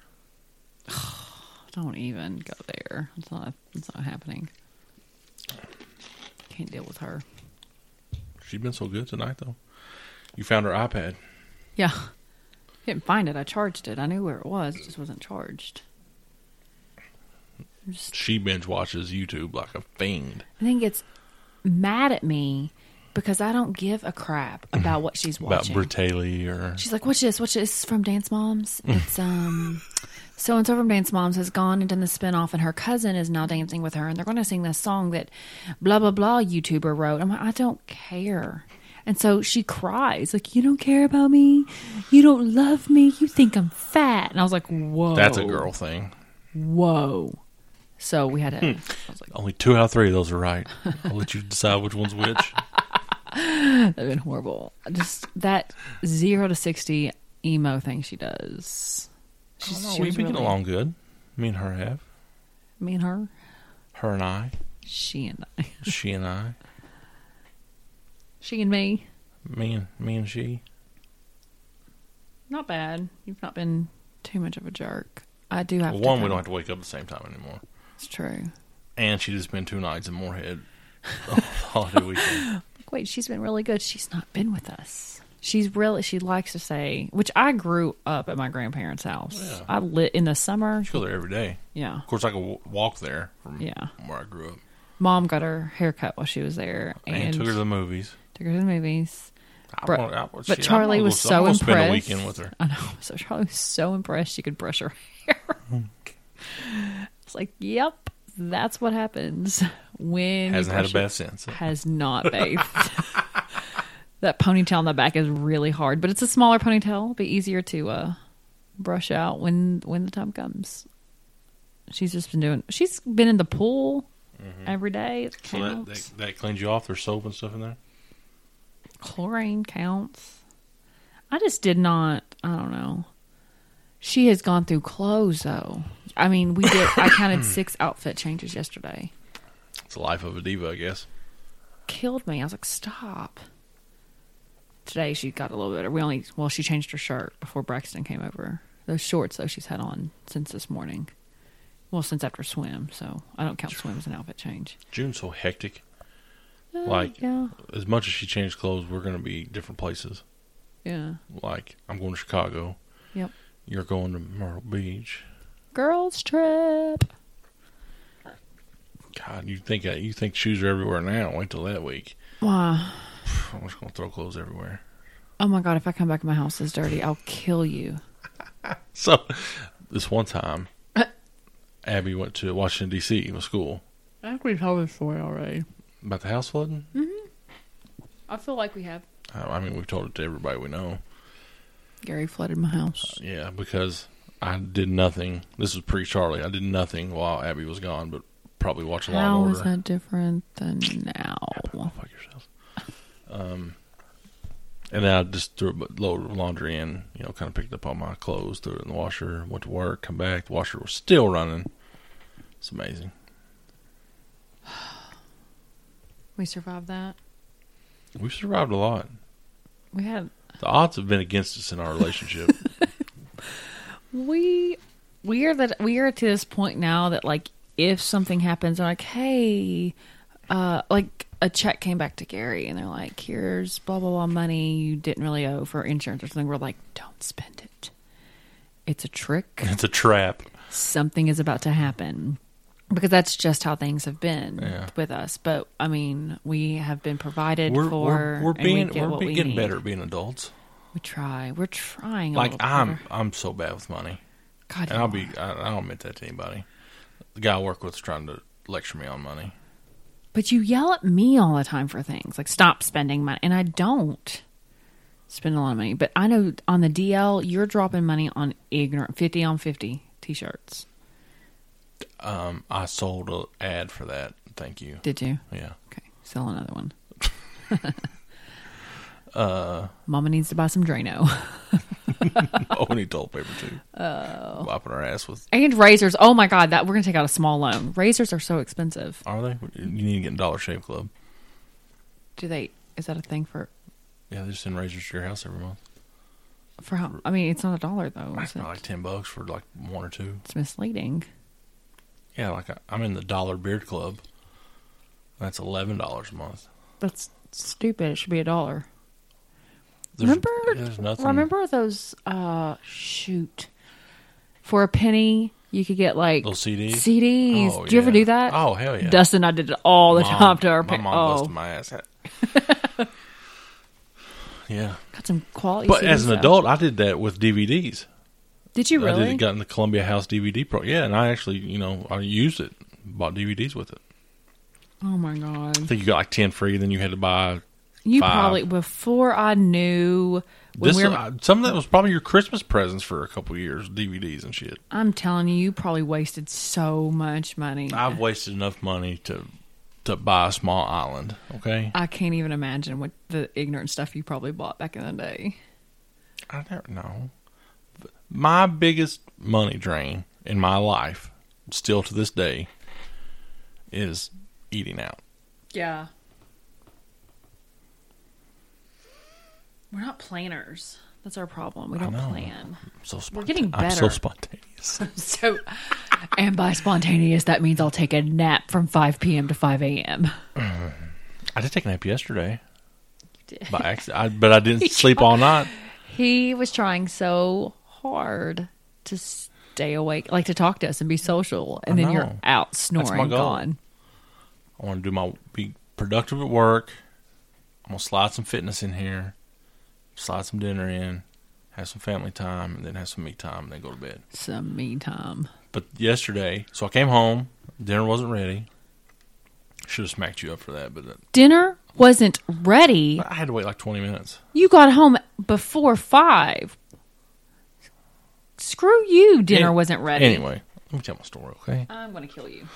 Don't even go there. It's not. It's not happening. Can't deal with her. She's been so good tonight, though. You found her iPad. Yeah, didn't find it. I charged it. I knew where it was. It just wasn't charged. She binge watches YouTube like a fiend. I think it's mad at me because I don't give a crap about what she's Mm-hmm. about watching. Britaley or She's like, "What's this? What's this? This is from Dance Moms? Mm. It's um, so and so from Dance Moms has gone and done the spinoff, and her cousin is now dancing with her, and they're going to sing this song that blah blah blah YouTuber wrote." I'm like, "I don't care," and so she cries like, "You don't care about me? You don't love me? You think I'm fat?" And I was like, "Whoa, that's a girl thing. Whoa." So we Hmm. had to. I was like, Only two out of three of those are right. I'll let you decide which one's which. "That'd been horrible." Just that zero to sixty emo thing she does. She's, No, she we've was been really- getting along good. Me and her have. Me and her. Her and I. She and I. She and I. She and me. Me and me and she. Not bad. You've not been too much of a jerk. I do have Well, to one, we kind don't of- have to wake up at the same time anymore. It's true. And she just spent two nights in Moorhead on the holiday weekend. Like, wait, she's been really good. She's not been with us. She's really. She likes to say, which I grew up at my grandparents' house. Yeah. I lit in the summer. She go there every day. Yeah, Of course, I could w- walk there from Yeah. where I grew up. mom got her haircut while she was there, And, and, took her to the movies. took her to the movies. I Bru- wanna- I- but shit, I'm Charlie gonna go- was so I'm gonna Spend a impressed. weekend with her. I know. So Charlie was so impressed she could brush her hair. it's like, yep, that's what happens when you Hasn't had a brush your- bath since. has not bathed. that ponytail on the back is really hard, but it's a smaller ponytail. It'll be easier to uh, brush out when when the time comes. She's just been doing. She's been in the pool Mm-hmm. every day. It So that, counts. that, that cleans you off. There's soap and stuff in there. Chlorine counts. I just did not. I don't know. She has gone through clothes though. I mean, we did. I counted six outfit changes yesterday. It's the life of a diva, I guess. killed me. I was like, stop. Today she got a little better. We only well, she changed her shirt before Braxton came over. Those shorts though she's had on since this morning. Well, since after swim, so I don't count swim as an outfit change. June's so hectic. Uh, Like- yeah, As much as she changed clothes, we're going to be different places. yeah, Like, I'm going to Chicago. yep. You're going to Myrtle Beach. Girls trip. God, you think uh, you think shoes are everywhere now? Wait till that week. Wow. I'm just gonna throw clothes everywhere. Oh my god! If I come back, and my house is dirty. I'll kill you. So, this one time, Abby went to Washington D.C. with school I think we told this story already. about the house flooding. Hmm? I feel like we have. I, I mean, we've told it to everybody we know. Gary flooded my house. Yeah, because I did nothing. This was pre Charlie. I did nothing while Abby was gone, but probably watched Law How and is Order. that different than now? Fuck yourselves. Um, and then I just threw a bu- load of laundry in. You know, kind of picked up all my clothes, threw it in the washer, went to work, come back. The washer was still running. It's amazing. We survived that. We've survived a lot. We had The odds have been against us in our relationship. We we are that we are to this point now that like if something happens, they're like, hey, uh, like a check came back to Gary, and they're like, here's blah blah blah money you didn't really owe for insurance or something. We're like, don't spend it. It's a trick. it's a trap. something is about to happen. Because that's just how things have been Yeah. with us. But I mean, we have been provided We're, for. we're, we're and we being get we're what be- we getting need. better at being adults. We try. We're trying. a Like little I'm better. I'm so bad with money, and God, you I'll are. be I, I don't admit that to anybody. The guy I work with's trying to lecture me on money. But you yell at me all the time for things like stop spending money, and I don't spend a lot of money. But I know on the DL, you're dropping money on ignorant fifty on fifty t-shirts. Um, I sold a ad for that. Thank you. Did you? Yeah. Okay, sell another one. uh, Mama needs to buy some Drano Oh, we need toilet paper too. Oh. Wiping our ass with. and razors. Oh my God, that we're gonna take out a small loan. Razors are so expensive. Are they? You need to get in Dollar Shave Club. Do they? Is that a thing for? Yeah, they just send razors to your house every month. For how? I mean, it's not a dollar though. It's Is it? probably like ten bucks for like one or two. It's misleading. Yeah, like I, I'm in the Dollar Beard Club. That's eleven dollars a month. That's stupid. It should be a dollar. There's, remember, There's nothing. remember those? Uh, shoot, for a penny you could get like Those CDs? CDs. Oh, do you ever yeah. do that? Oh, hell yeah. Dustin, and I did it all the Mom- time to our My pa- mom oh, busted my ass. Yeah. Got some quality. But CDs as an though. adult, I did that with DVDs. did you I did really? it, got in the Columbia House DVD pro. Yeah, and I actually, you know, I used it, bought DVDs with it. oh my god! I think you got like 10 free, then you had to buy. You five. probably before I knew when This, we were. uh, some of that was probably your Christmas presents for a couple years, DVDs and shit. I'm telling you, you probably wasted so much money. I've wasted enough money to to buy a small island. Okay, I can't even imagine what the ignorant stuff you probably bought back in the day. I don't know. My biggest money drain in my life, still to this day, is eating out. Yeah. We're not planners. That's our problem. We don't plan. I'm so spontaneous. We're getting I'm so better. spontaneous. So, and by spontaneous, that means I'll take a nap from 5 p.m. to 5 a.m. I did take a nap yesterday. By accident, I, but I didn't sleep all night. He was trying so hard to stay awake, like to talk to us and be social, and I then you're know. out my snoring, goal. gone. I want to do my be productive at work. I'm gonna slide some fitness in here, slide some dinner in, have some family time, and then have some me time, and then go to bed. Some me time. But yesterday, so I came home. Dinner wasn't ready. Should have smacked you up for that, but uh, Dinner wasn't ready. I had to wait like 20 minutes. You got home before five. Screw you. Dinner Any- wasn't ready. Anyway, let me tell my story, okay? I'm gonna kill you.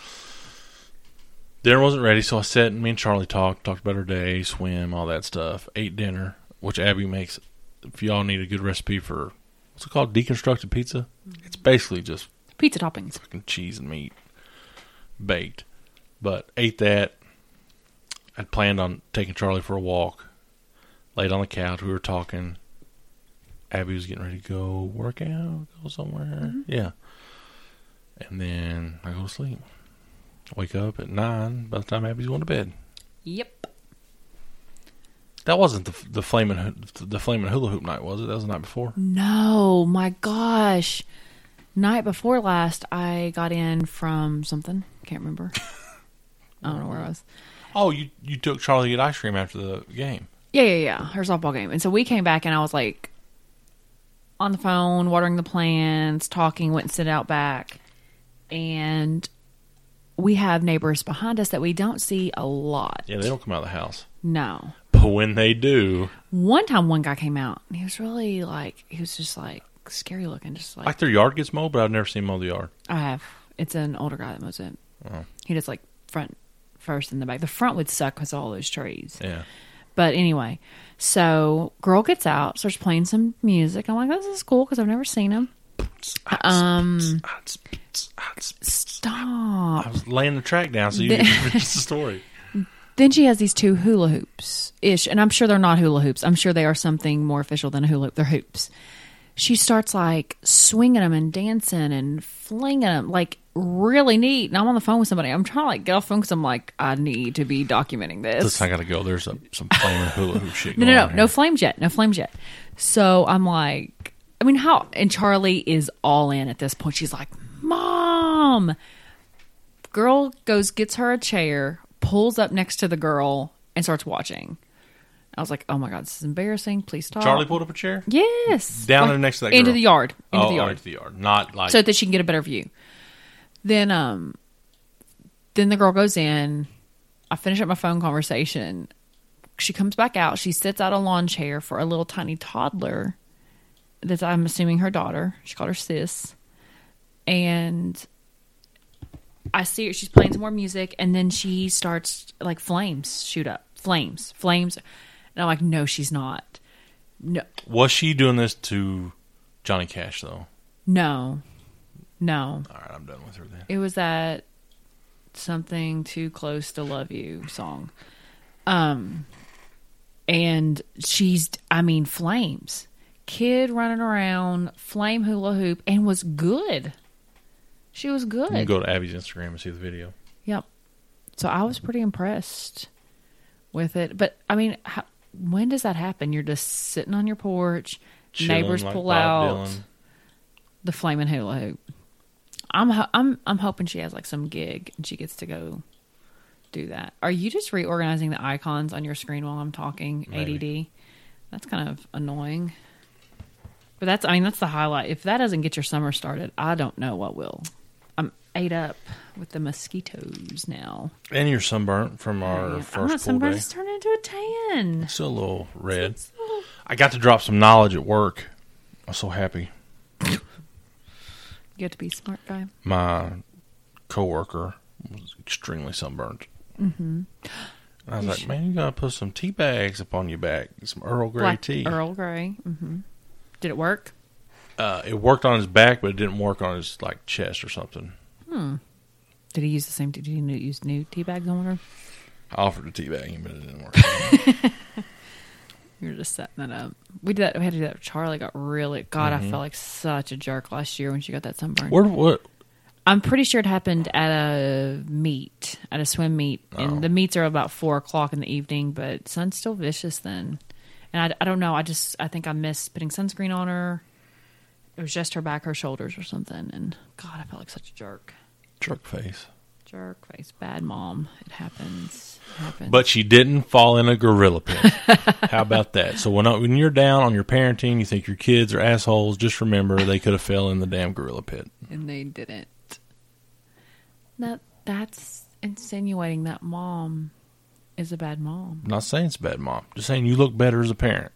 Dinner wasn't ready, so I sat and me and Charlie talked, talked about her day, swim, all that stuff. Ate dinner, which Abby makes. If y'all need a good recipe for what's it called, deconstructed pizza, it's basically just Pizza toppings. fucking cheese and meat baked. But ate that. I'd planned on taking Charlie for a walk. Laid on the couch, we were talking. Abby was getting ready to go work out, go somewhere. Yeah. And then I go to sleep. Wake up at nine by the time Abby's going to bed. Yep. That wasn't the the flaming hoo- the flaming hula hoop night, was it? That was the night before. No, my gosh. Night before last, I got in from something. Can't remember. I don't know where I was. Oh, you you took Charlie to get ice cream after the game. Yeah, yeah, yeah. Her softball game. And so we came back, and I was like on the phone, watering the plants, talking, went and sit out back. And we have neighbors behind us that we don't see a lot. Yeah, they don't come out of the house, No. but when they do, One time, one guy came out, and he was really like, he was just like scary looking, just like, Like their yard gets mowed, but I've never seen mow the yard. I have. It's an older guy that mows it. He does like front first and the back. The front would suck because all those trees. Yeah. But anyway, so girl gets out, starts playing some music. I'm like, this is cool because I've never seen him. Um, stop. I was laying the track down so you could finish the story. Then she has these two hula hoops ish, and I'm sure they're not hula hoops. I'm sure they are something more official than a hula hoop. They're hoops. She starts like swinging them and dancing and flinging them, like really neat. And I'm on the phone with somebody. I'm trying to like get off the phone because I'm like, I need to be documenting this. Listen, I gotta go. There's a, some flaming hula hoop shit. No, going no, on no, here. no flames yet. No flames yet. So I'm like, I mean, how? And Charlie is all in at this point. She's like, Mom. Girl goes, gets her a chair, pulls up next to the girl, and starts watching. I was like, Oh my God, this is embarrassing. Please stop. Charlie pulled up a chair Yes. down Like, there next to that Into girl. the yard. Into oh, the oh, yard into the yard. Not like so that she can get a better view. Then um then the girl goes in. I finish up my phone conversation. She comes back out. She sits out a lawn chair for a little tiny toddler that's I'm assuming her daughter. She called her sis. And I see her she's playing some more music and then she starts like flames shoot up. Flames. Flames. And I'm like, no, she's not. No was she doing this to Johnny Cash though? no. No. All right, I'm done with her then. It was that something too close to love you song. Um and she's I mean flames. Kid running around, flame hula hoop and was good. She was good. You can go to Abby's Instagram and see the video. Yep. So I was pretty impressed with it. But I mean, how, when does that happen? You're just sitting on your porch, Chilling neighbors like pull Bob out Dylan. the flaming hula hoop. I'm ho- I'm I'm hoping she has like some gig and she gets to go do that. Are you just reorganizing the icons on your screen while I'm talking? Maybe. ADD. That's kind of annoying. But that's I mean that's the highlight. If that doesn't get your summer started, I don't know what will. I'm ate up with the mosquitoes now. And you're sunburnt from our Yeah, I'm not first pool sunburned. day. It's turned into a tan. Still a little red. It's a little- I got to drop some knowledge at work. I'm so happy. You have to be smart guy. My coworker was extremely sunburnt. Mm-hmm. I was like, man, you gotta put some tea bags up on your back, some Earl Grey Black tea. Earl Grey. hmm Did it work? Uh, it worked on his back, but it didn't work on his like chest or something. Did he use the same? Did he nu- use new tea bags on her? I offered to tea bag him, but it didn't work. You're just setting that up. We did that. We had to do that. Charlie got really. God, I felt like such a jerk last year when she got that sunburn. Where what? I'm pretty sure it happened at a meet, at a swim meet, and the meets are about four o'clock in the evening. But sun's still vicious then, and I, I don't know. I just I think I missed putting sunscreen on her. It was just her back, her shoulders, or something. And God, I felt like such a jerk. Jerk face. Jerk face, bad mom. It happens. It happens. But she didn't fall in a gorilla pit. How about that? So when uh, when you're down on your parenting, you think your kids are assholes. Just remember they could have fell in the damn gorilla pit. and they didn't. That that's insinuating that mom is a bad mom. I'm not saying it's a bad mom. Just saying you look better as a parent.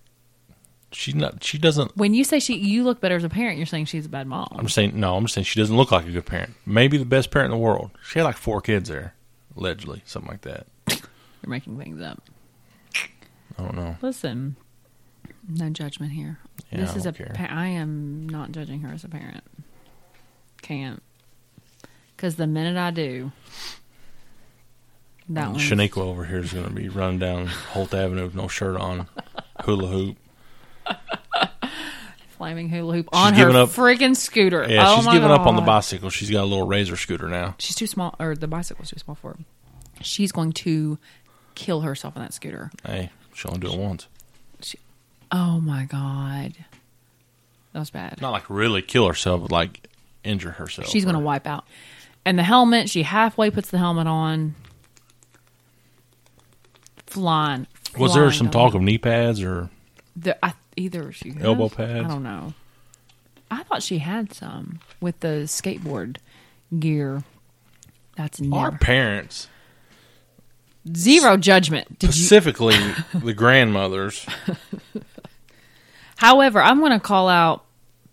She's not. She doesn't. When you say she, you look better as a parent. You're saying she's a bad mom. I'm just saying no. I'm just saying she doesn't look like a good parent. Maybe the best parent in the world. She had like four kids there, allegedly, something like that. You're making things up. I don't know. Listen, no judgment here. Yeah, this I is a. don't care. Pa- I am not judging her as a parent. Can't, because the minute I do, that one. Shaniqua over here is going to be running down Holt Avenue with no shirt on, hula hoop. flaming hula hoop on her giving up- freaking scooter. Yeah, Oh she's my giving up on the God. bicycle. She's got a little razor scooter now. she's too small or the bicycle's too small for her. She's going to kill herself on that scooter. Hey, she only do it once. She, oh my god. That was bad. Not like really kill herself, but like injure herself. She's going to or- wipe out. And the helmet, she halfway puts the helmet on. Flying. Was there some talk of knee pads or? the, I, either she has- Elbow pads? I don't know. I thought she had some with the skateboard gear. That's Our never, parents, zero judgment. Did you specifically the grandmothers, However, I'm going to call out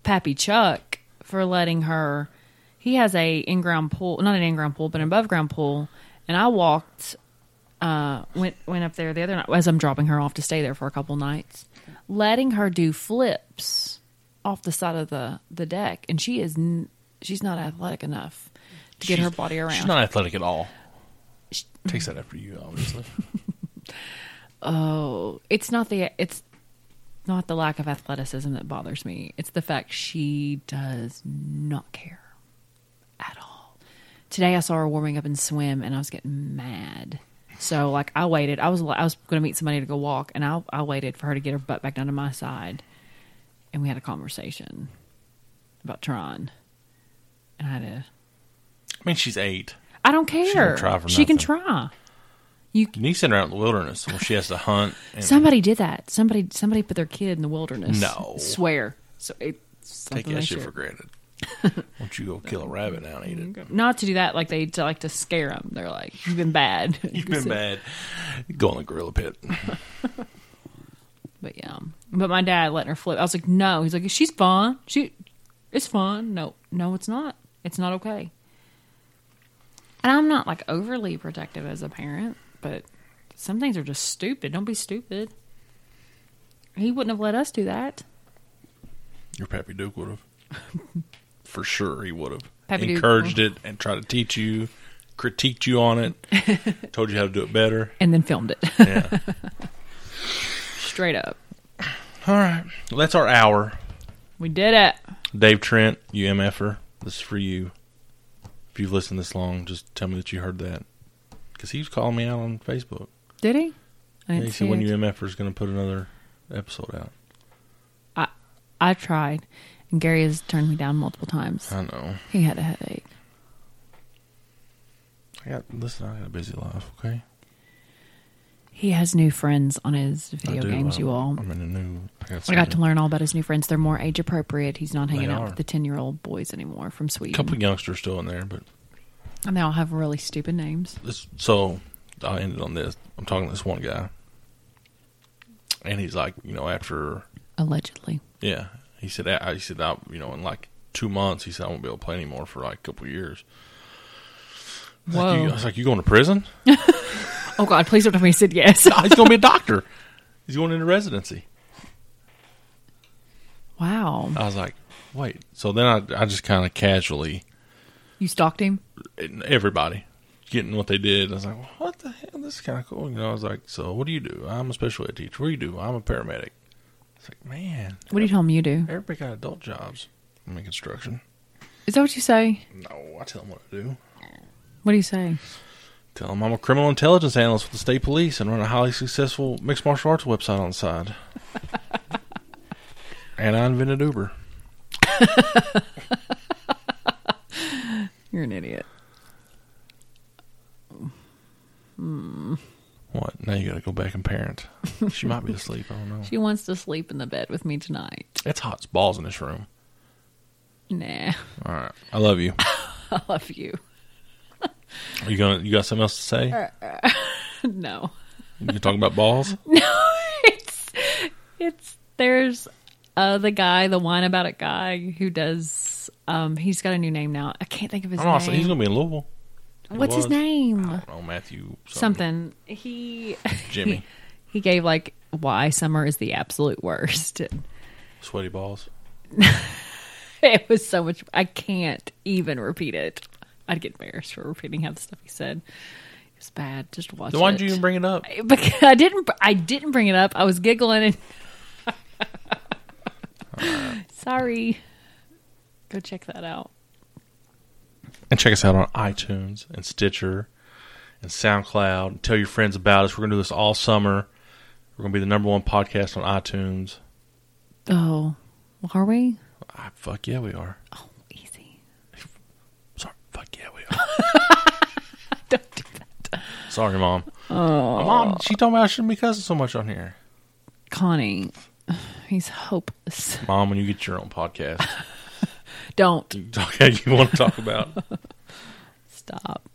Pappy Chuck for letting her. He has a in-ground pool, not an in-ground pool, but an above-ground pool, and I walked, uh, went went up there the other night as I'm dropping her off to stay there for a couple nights, letting her do flips off the side of the the deck, and she is n- she's not athletic enough to get her body around. She's not athletic at all. Takes that after you, obviously. Oh, it's not the it's not the lack of athleticism that bothers me. It's the fact she does not care at all. Today I saw her warming up and swim, and I was getting mad. So like I waited. I was I was going to meet somebody to go walk, and I I waited for her to get her butt back down to my side, and we had a conversation about trying. And I had to. I mean, she's eight. I don't care. She can try for can nothing. try. You need to send her out in the wilderness where she has to hunt. And Somebody did that. Somebody somebody put their kid in the wilderness. No. swear. So it take something that they shit should. for granted. Won't you go kill a rabbit now and eat it? Not to do that, like they to like to scare them. They're like, "You've been bad." You've been bad. Go in the gorilla pit. But yeah, but my dad letting her flip. I was like, "No." He's like, "She's fine. She, it's fine." No, no, it's not. It's not okay. And I'm not like overly protective as a parent, but some things are just stupid. Don't be stupid. He wouldn't have let us do that. Your Pappy Duke would have. For sure, he would have. Pappy Duke. Encouraged it and tried to teach you, critiqued you on it, told you how to do it better. And then filmed it Yeah. straight up. All right. Well, that's our hour. We did it. Dave Trent, you MFer, this is for you. If you've listened this long, just tell me that you heard that. Because he was calling me out on Facebook. Did he? I And didn't he see said, when it. you MFer is going to put another episode out. I tried, and Gary has turned me down multiple times. I know. He had a headache. I I got listen. I got a busy life. Okay. He has new friends on his I video do, uh, games, I'm- you all. I'm in a new. I got, I got to something. learn all about his new friends. They're more age appropriate. He's not hanging They out are. with the 10 year old boys anymore from Sweden. a couple of youngsters still in there, but And they all have really stupid names. this, so I ended on this. I'm talking to this one guy, and he's like, you know, after Allegedly. yeah, he said, I, he said, I, you know, in like two months, he said I won't be able to play anymore for like a couple of years. I was like, Whoa. you- I was like, you going to prison? Oh, God, please don't tell me he said yes. he's going to be a doctor. He's going into residency. wow. I was like, wait. So then I, I just kind of casually You stalked him? and everybody getting what they did. I was like, what the hell? This is kind of cool. You know, I was like, so what do you do? I'm a special ed teacher. What do you do? I'm a paramedic. It's like, man, What do you tell him you do? everybody got adult jobs. I'm in construction. Is that what you say? No, I tell them what to do. What do you say? Tell them I'm a criminal intelligence analyst with the state police and run a highly successful mixed martial arts website on the side. and I invented Uber. You're an idiot. What? Now you got to go back and parent. She might be asleep. I don't know. She wants to sleep in the bed with me tonight. It's hot as balls in this room. Nah, All right. I love you. I love you. Are you gonna? You got something else to say? no. You're talking about balls? it's it's there's uh the guy, the wine about it guy who does um he's got a new name now. I can't think of his I don't know. I said name. He's going to be in Louisville. What's his was. name? Oh, Matthew. Something. He Jimmy. He, he gave like why summer is the absolute worst. Sweaty balls. It was so much I can't even repeat it. I'd get embarrassed for repeating half the stuff he said. It's bad. Just watch Then why it. did you even bring it up? because I didn't I didn't bring it up. I was giggling and sorry. Go check that out. And check us out on iTunes and Stitcher and SoundCloud. And tell your friends about us. We're going to do this all summer. We're going to be the number one podcast on iTunes. Oh, are we? Ah, fuck yeah, we are. Easy. Sorry. Fuck yeah, we are. Sorry, mom. Oh, mom. She told me I shouldn't be cussing so much on here. Connie, he's hopeless. Mom, when you get your own podcast, Don't talk how you want to talk about. stop.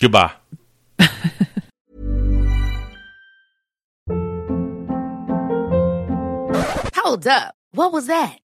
Goodbye. Hold up. What was that?